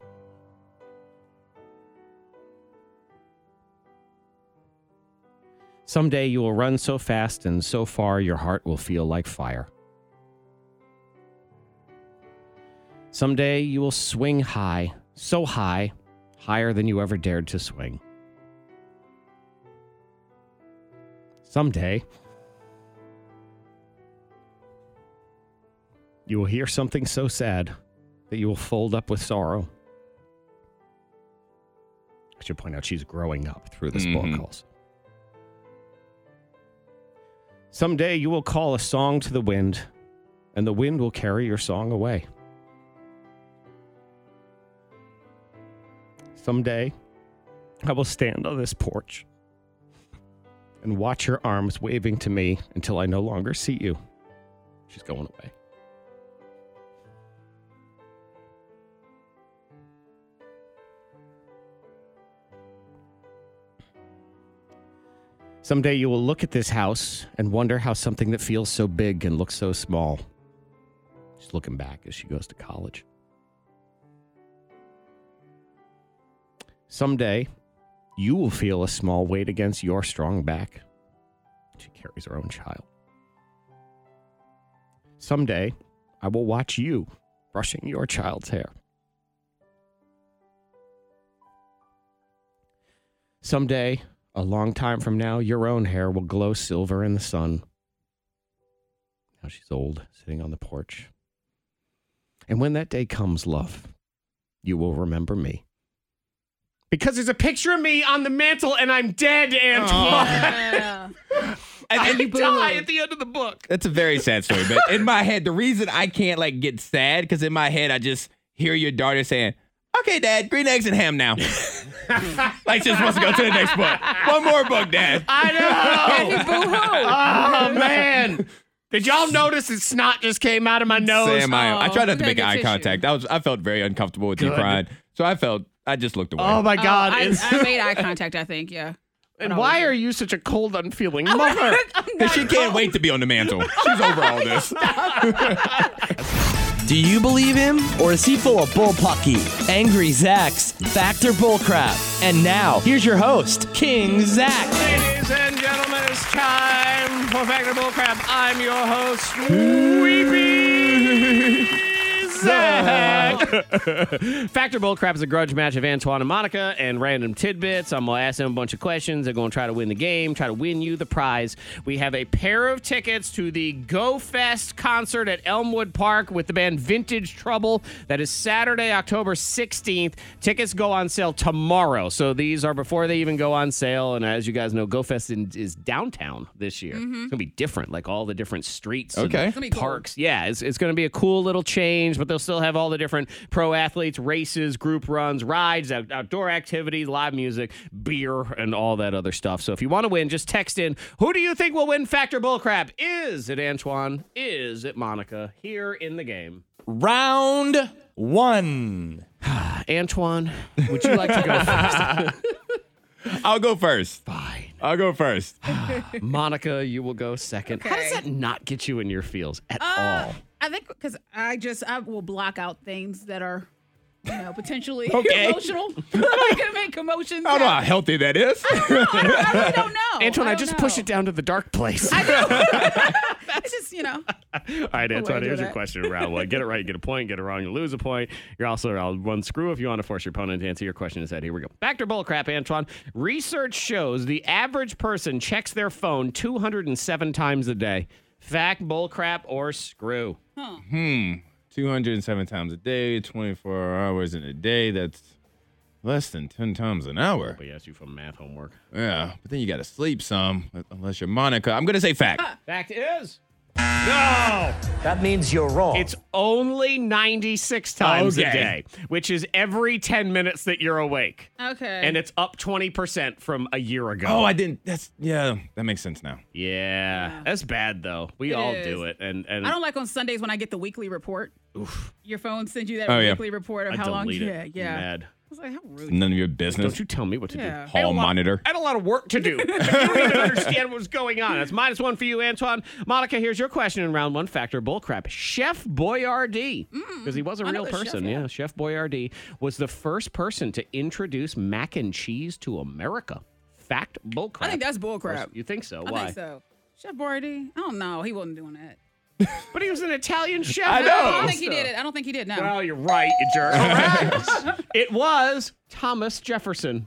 Speaker 1: Someday you will run so fast and so far your heart will feel like fire. Someday you will swing high, so high, higher than you ever dared to swing. Someday you will hear something so sad that you will fold up with sorrow. I should point out she's growing up through this
Speaker 2: Mhm.
Speaker 1: book also. Someday you will call a song to the wind, and the wind will carry your song away. Someday I will stand on this porch and watch your arms waving to me until I no longer see you. She's going away. Someday you will look at this house and wonder how something that feels so big can look so small. She's looking back as she goes to college. Someday you will feel a small weight against your strong back. She carries her own child. Someday I will watch you brushing your child's hair. Someday, a long time from now, your own hair will glow silver in the sun. Now she's old, sitting on the porch. And when that day comes, love, you will remember me. Because there's a picture of me on the mantle and I'm dead, Antoine.
Speaker 2: And
Speaker 1: I
Speaker 2: then
Speaker 1: die
Speaker 2: you blew.
Speaker 1: at the end of the book.
Speaker 2: That's a very sad story. But in my head, the reason I can't like get sad because in my head I just hear your daughter saying, "Okay, Dad, green eggs and ham now." like she just wants to go to the next book. One more book, Dad.
Speaker 1: I know.
Speaker 3: Oh,
Speaker 1: man. Did y'all notice that snot just came out of my nose?
Speaker 2: Sam, I, I tried not to
Speaker 3: we gotta
Speaker 2: make
Speaker 3: get
Speaker 2: eye
Speaker 3: tissue.
Speaker 2: contact. I was I felt very uncomfortable with you
Speaker 1: Good.
Speaker 2: crying, so I felt I just looked away.
Speaker 1: Oh my God!
Speaker 3: I,
Speaker 1: It's-
Speaker 3: I made eye contact. I think. Yeah.
Speaker 1: and why are you such a cold, unfeeling
Speaker 2: Oh,
Speaker 1: mother?
Speaker 2: Because she can't wait to be on the mantle. She's over all this.
Speaker 13: Do you believe him, or is he full of bullpucky? Angry Zach's Factor Bullcrap. And now, here's your host, King Zach.
Speaker 1: Ladies and gentlemen, it's time for Factor Bullcrap. I'm your host, Weepy Zach. Factor Bullcrap is a grudge match of Antoine and Monica and random tidbits. I'm going to ask them a bunch of questions. They're going to try to win the game, try to win you the prize. We have a pair of tickets to the Go Fest concert at Elmwood Park with the band Vintage Trouble. That is Saturday, October 16th. Tickets go on sale tomorrow. So these are before they even go on sale. And as you guys know, Go Fest in, is downtown this year. It's going to be different, like all the different streets. and
Speaker 2: Okay. It's
Speaker 3: gonna be cool.
Speaker 1: Parks. Yeah, it's, it's going to be a cool little change, but they'll still have all the different pro athletes, races, group runs, rides, out- outdoor activities, live music, beer, and all that other stuff. So if you want to win, just text in who do you think will win Factor Bullcrap? Is it Antoine? Is it Monica? Here in the game.
Speaker 13: Round one.
Speaker 1: Antoine, would you like to go first?
Speaker 2: I'll go first. Fine. I'll go first.
Speaker 1: Monica, you will go second. How does that not get you in your feels
Speaker 3: Uh,
Speaker 1: at all?
Speaker 3: I think because I just I will block out things that are. You know, potentially
Speaker 2: Okay.
Speaker 3: emotional. I'm gonna make commotions.
Speaker 2: I don't know how
Speaker 3: happen.
Speaker 2: healthy that is.
Speaker 3: I don't, oh, I really don't know.
Speaker 1: Antoine, I,
Speaker 3: don't
Speaker 1: just
Speaker 3: know.
Speaker 1: pushed it down to the dark place.
Speaker 3: It's just you know.
Speaker 1: All right,
Speaker 3: way
Speaker 2: Oh
Speaker 1: Antoine,
Speaker 3: to
Speaker 1: here's
Speaker 3: do
Speaker 1: your
Speaker 3: that.
Speaker 1: question in round one. Get it right, you get a point. Get it wrong, you lose a point. You're also allowed one screw if you want to force your opponent to answer your question instead. Here we go. Back to bullcrap, Antoine. Research shows the average person checks their phone 207 times a day. Fact, bullcrap, or screw?
Speaker 2: Hmm. 207 times a day, 24 hours in a day. That's less than 10 times an hour.
Speaker 1: We asked you for math homework.
Speaker 2: Yeah. But then you got to sleep some, unless you're Monica. I'm going to say fact.
Speaker 1: Fact is. No!
Speaker 6: That means you're wrong.
Speaker 1: It's only 96 times a
Speaker 2: Okay.
Speaker 1: day, which is every 10 minutes that you're awake.
Speaker 3: Okay.
Speaker 1: And it's up 20% from a year ago.
Speaker 2: Oh, I didn't. That's, yeah, that makes sense now.
Speaker 1: Yeah, that's bad though. We
Speaker 3: It
Speaker 1: all
Speaker 3: is.
Speaker 1: do it, and and
Speaker 3: I don't like on Sundays when I get the weekly report. Your phone sends you that
Speaker 2: Oh, yeah.
Speaker 3: weekly report of
Speaker 1: I
Speaker 3: how long.
Speaker 1: delete
Speaker 3: Yeah,
Speaker 1: it.
Speaker 3: yeah.
Speaker 1: Mad.
Speaker 3: I was like, how rude.
Speaker 2: None of your business.
Speaker 1: Don't you tell me what to
Speaker 3: Yeah.
Speaker 1: do.
Speaker 2: Hall monitor.
Speaker 1: I had a lot of work to do. I don't even understand what's going on. That's minus one for you, Antoine. Monica, here's your question in round one. Factor bullcrap. Chef Boyardee, because he was a
Speaker 3: Mm. I know
Speaker 1: real
Speaker 3: the chef,
Speaker 1: person.
Speaker 3: yeah.
Speaker 1: yeah, Chef Boyardee was the first person to introduce mac and cheese to America. Fact bullcrap.
Speaker 3: I think that's bullcrap.
Speaker 1: You think so?
Speaker 3: I
Speaker 1: Why?
Speaker 3: think so. Chef Boyardee? I don't know. He wasn't doing that.
Speaker 1: But he was an Italian chef.
Speaker 2: I
Speaker 1: at
Speaker 2: know.
Speaker 3: I don't
Speaker 1: the
Speaker 3: think he
Speaker 1: pasta.
Speaker 3: did it. I don't think he did. No.
Speaker 1: Well, you're right, you jerk. it was Thomas Jefferson,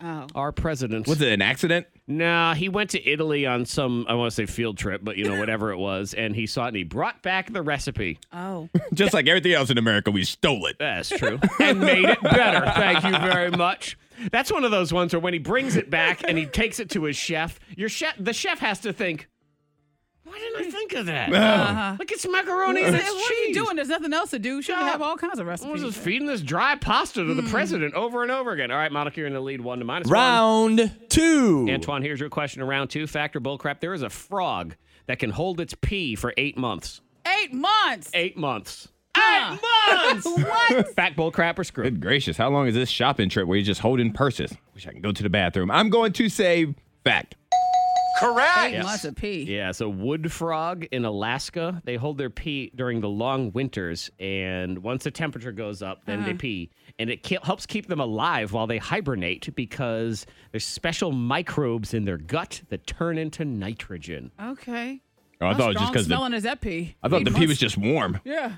Speaker 3: oh.
Speaker 1: our president.
Speaker 2: Was it an accident?
Speaker 1: Nah, he went to Italy on some, I want to say field trip, but you know, whatever it was. And he saw it and he brought back the recipe.
Speaker 3: Oh.
Speaker 2: Just like everything else in America, we stole it.
Speaker 1: That's true. and made it better. Thank you very much. That's one of those ones where when he brings it back and he takes it to his chef, your chef, the chef has to think, Why didn't I think of that?
Speaker 3: Uh-huh.
Speaker 1: Like it's macaroni and
Speaker 3: What
Speaker 1: it's
Speaker 3: are you
Speaker 1: cheese.
Speaker 3: doing? There's nothing else to do. She have all kinds of
Speaker 1: I was
Speaker 3: recipes.
Speaker 1: just feeding this dry pasta to the
Speaker 3: Hmm.
Speaker 1: president over and over again. All right, Monica, you're in the lead one to minus
Speaker 13: Round two.
Speaker 1: one. Antoine, here's your question in round two. Factor bullcrap. There is a frog that can hold its pee for eight months.
Speaker 3: Eight months.
Speaker 1: Eight months.
Speaker 3: Eight months. Ah. what?
Speaker 1: Fact bull crap or screw?
Speaker 2: Good gracious, how long is this shopping trip where you're just holding purses? Wish I can go to the bathroom. I'm going to say fact.
Speaker 3: Eight
Speaker 1: Yes.
Speaker 3: months of pee.
Speaker 1: Yeah, so wood frog in Alaska, they hold their pee during the long winters, and once the temperature goes up, then they
Speaker 3: Uh-huh.
Speaker 1: pee, and it ke- helps keep them alive while they hibernate because there's special microbes in their gut that turn into nitrogen.
Speaker 3: Okay.
Speaker 2: Oh, I
Speaker 3: How
Speaker 2: thought it was just
Speaker 3: strong
Speaker 2: 'cause the-
Speaker 3: smelling is that pee.
Speaker 2: I thought
Speaker 3: Eight
Speaker 2: the pee
Speaker 3: months?
Speaker 2: was just warm.
Speaker 3: Yeah.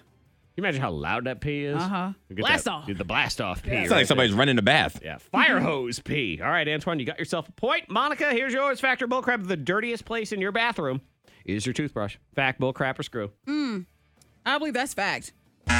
Speaker 1: You imagine how loud that pee is?
Speaker 3: Uh-huh.
Speaker 1: You get
Speaker 3: Blast
Speaker 1: that-
Speaker 3: off.
Speaker 1: dude, The blast off pee.
Speaker 2: It's like
Speaker 1: right
Speaker 2: somebody's running a bath.
Speaker 1: Yeah. Fire hose pee. All right, Antoine, you got yourself a point. Monica, here's yours. Factor bullcrap. The dirtiest place in your bathroom is your toothbrush. Fact, bullcrap, or screw.
Speaker 3: Mm. I believe that's fact.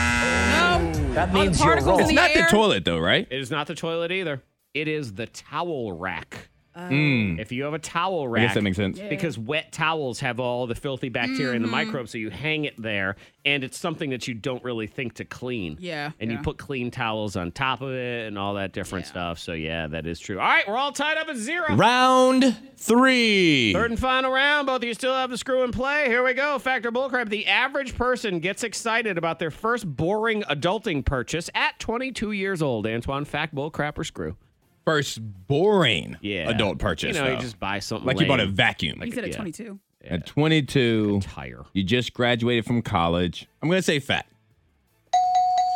Speaker 3: No.
Speaker 1: That
Speaker 3: All the means you're particles wrong. in
Speaker 1: It's
Speaker 3: the
Speaker 1: not
Speaker 3: air.
Speaker 1: the
Speaker 2: toilet, though, right?
Speaker 1: It is not the toilet either. It is the towel rack.
Speaker 2: Mm.
Speaker 1: If you have a towel
Speaker 2: I
Speaker 1: rack,
Speaker 2: guess that makes sense. Yeah.
Speaker 1: Because wet towels have all the filthy bacteria and the microbes, so you hang it there, and it's something that you don't really think to clean.
Speaker 3: Yeah,
Speaker 1: And
Speaker 3: yeah.
Speaker 1: you put clean towels on top of it and all that different stuff. So yeah, that is true. All right, we're all tied up at zero.
Speaker 13: Round three.
Speaker 1: Third and final round. Both of you still have the screw in play. Here we go. Factor bullcrap. The average person gets excited about their first boring adulting purchase at 22 years old. Antoine, fact, bullcrap, or screw?
Speaker 2: First boring
Speaker 1: Yeah.
Speaker 2: adult purchase.
Speaker 1: You know,
Speaker 2: though.
Speaker 1: you just buy something
Speaker 2: like you bought a
Speaker 1: lame.
Speaker 2: vacuum.
Speaker 3: You said at
Speaker 2: Yeah.
Speaker 3: 22.
Speaker 2: At 22,
Speaker 1: tire.
Speaker 2: You just graduated from college. I'm gonna say fact.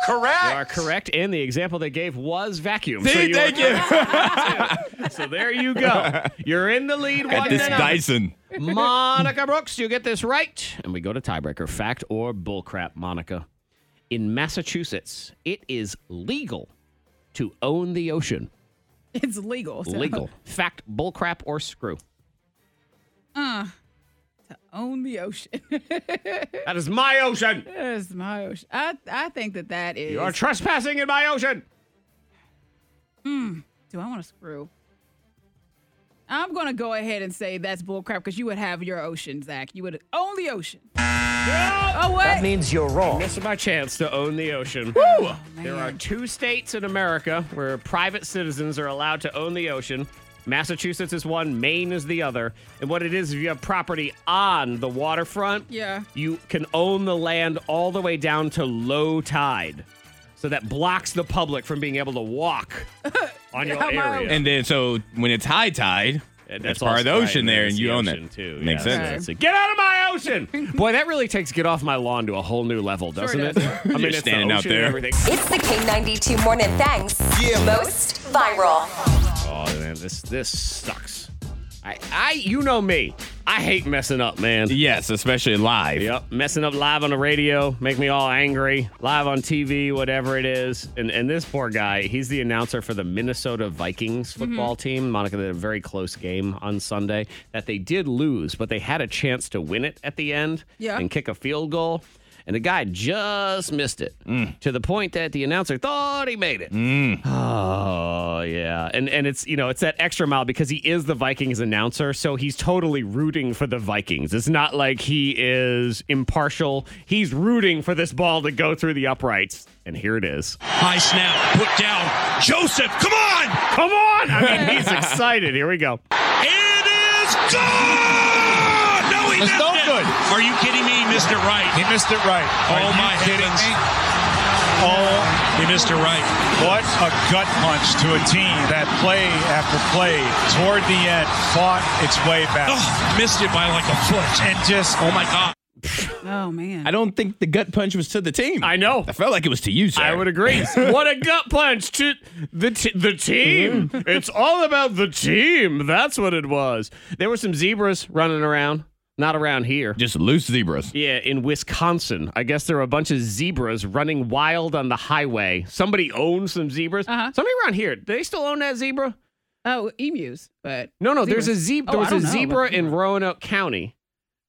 Speaker 1: Correct. You are correct. And the example they gave was vacuum.
Speaker 2: See,
Speaker 1: you
Speaker 2: thank
Speaker 1: you. so there you go. You're in the lead.
Speaker 2: At
Speaker 1: one
Speaker 2: this
Speaker 1: to nothing.
Speaker 2: Dyson.
Speaker 1: Monica Brooks, you get this right. And we go to tiebreaker fact or bullcrap, Monica. In Massachusetts, it is legal to own the ocean.
Speaker 3: It's legal. so-
Speaker 1: Legal. Fact, bullcrap, or screw.
Speaker 3: Uh, to own the ocean.
Speaker 1: That is my ocean.
Speaker 3: That's my ocean. I, I think that that is.
Speaker 1: You are trespassing in my ocean.
Speaker 3: Hmm. Do I want to screw? I'm going to go ahead and say that's bullcrap because you would have your ocean, Zach. You would own the ocean. Oh, what?
Speaker 1: That means you're wrong. Missing my chance to own the ocean. there are two states in America where private citizens are allowed to own the ocean. Massachusetts is one, Maine is the other. And what it is, if you have property on the waterfront,
Speaker 3: Yeah.
Speaker 1: you can own the land all the way down to low tide. So that blocks the public from being able to walk on your area.
Speaker 2: And then so when it's high tide,
Speaker 1: And
Speaker 2: that's
Speaker 1: that's
Speaker 2: part of the
Speaker 1: also
Speaker 2: ocean
Speaker 1: right,
Speaker 2: there,
Speaker 1: that's
Speaker 2: and you
Speaker 1: the
Speaker 2: own
Speaker 1: ocean
Speaker 2: it.
Speaker 1: too.
Speaker 2: Makes
Speaker 1: Yeah,
Speaker 2: sense.
Speaker 1: that's it. Get out of my ocean! Boy, that really takes get off my lawn to a whole new level, doesn't it? I mean,
Speaker 2: You're
Speaker 1: it's the
Speaker 2: standing out
Speaker 1: ocean and
Speaker 2: there.
Speaker 1: everything.
Speaker 4: It's the K92 Morning Thangs. Most viral.
Speaker 1: Oh man, this this sucks. I I you know me. I hate messing up, man.
Speaker 2: Yes, especially live.
Speaker 1: Yep, messing up live on the radio, make me all angry. Live on TV, whatever it is. And and this poor guy, he's the announcer for the Minnesota Vikings football team. Monica did a very close game on Sunday that they did lose, but they had a chance to win it at the end
Speaker 3: Yeah.
Speaker 1: and kick a field goal. And the guy just missed it to the point that the announcer thought he made it. Oh yeah, and and it's you know it's that extra mile because he is the Vikings announcer, so he's totally rooting for the Vikings. It's not like he is impartial. He's rooting for this ball to go through the uprights, and here it is.
Speaker 11: High snap, put down. Joseph, come on!
Speaker 1: Come on! I mean, he's excited. Here we go.
Speaker 11: It is good! No, he missed it. Are you kidding me? He missed it right. He missed it right. Oh my heavens! Oh, he missed it right. What a gut punch to a team that play after play toward the end fought its way back. Oh, missed it by like a foot and just oh my god.
Speaker 3: Oh, man.
Speaker 2: I don't think the gut punch was to the team. I
Speaker 1: know.
Speaker 2: I felt like it was to you, sir.
Speaker 1: I would agree. what a gut punch to the t- the team. it's all about the team. That's what it was. There were some zebras running around, not around here.
Speaker 2: Just loose zebras.
Speaker 1: Yeah, in Wisconsin. I guess there were a bunch of zebras running wild on the highway. Somebody owned some zebras.
Speaker 3: Uh-huh.
Speaker 1: Somebody around here, do they still own that zebra?
Speaker 3: Oh, emus, but
Speaker 1: No, no, there's a
Speaker 3: Zebras.
Speaker 1: zebra.
Speaker 3: Oh,
Speaker 1: there
Speaker 3: I
Speaker 1: was a
Speaker 3: don't know about
Speaker 1: zebra in Roanoke County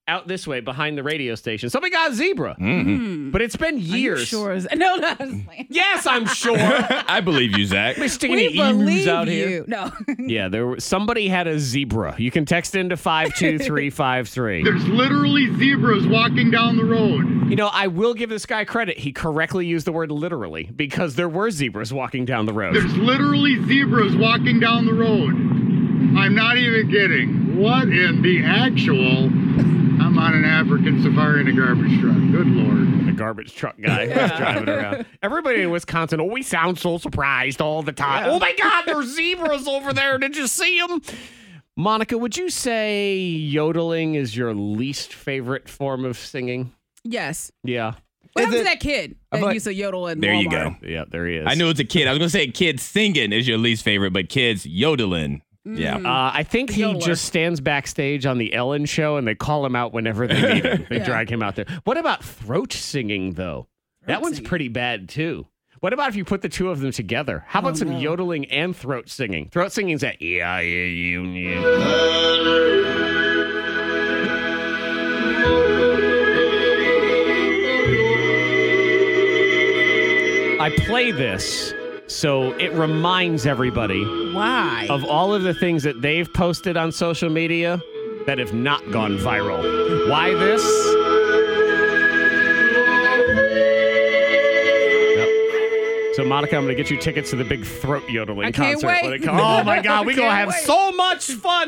Speaker 1: out this way behind the radio station. So we got a zebra. But it's been years.
Speaker 3: Hmm. Sure. is- No, no. I'm just playing.
Speaker 1: Yes, I'm sure. I
Speaker 2: believe you, Zach.
Speaker 1: We're sticking
Speaker 3: we
Speaker 1: the
Speaker 3: believe
Speaker 1: emus out
Speaker 3: you.
Speaker 1: here.
Speaker 3: No.
Speaker 1: Yeah, there were, somebody had a zebra. You can text into 52353.
Speaker 14: There's literally zebras walking down the road.
Speaker 1: You know, I will give this guy credit. He correctly used the word literally because there were zebras walking down the road.
Speaker 14: There's literally zebras walking down the road. I'm not even kidding. What in the actual? I'm on an African safari in a garbage truck. Good lord.
Speaker 1: The garbage truck guy was driving around. Everybody in Wisconsin always sounds so surprised all the time.
Speaker 11: Yeah.
Speaker 1: Oh my God, there's zebras over there. Did you see them? Monica, would you say yodeling is your least favorite form of singing?
Speaker 3: yes.
Speaker 1: Yeah.
Speaker 3: What happened to that kid
Speaker 2: I'm
Speaker 3: that
Speaker 2: like-
Speaker 3: used to yodel in
Speaker 2: There
Speaker 3: Walmart?
Speaker 2: you go.
Speaker 1: Yeah, there he is.
Speaker 2: I knew it's a kid. I was gonna say kids singing is your least favorite, but kids yodeling. Yeah.
Speaker 1: Uh, I think he just stands backstage on the Ellen show and they call him out whenever they need him. They drag him out there. What about throat singing, though? that one's pretty bad, too. What about if you put the two of them together? How about some yodeling and throat singing? Throat singing's E that yeah, yeah, you, I play this so it reminds everybody
Speaker 2: Oh,
Speaker 3: Why?
Speaker 1: of all of the things that they've posted on social media that have not gone viral. Why this? Yep. So Monica, I'm going to get you tickets to the big throat yodeling
Speaker 11: I can't
Speaker 1: concert
Speaker 11: wait.
Speaker 1: when it comes. Oh my God, we
Speaker 11: I
Speaker 1: gonna
Speaker 11: can't
Speaker 1: have
Speaker 11: wait.
Speaker 1: so much fun.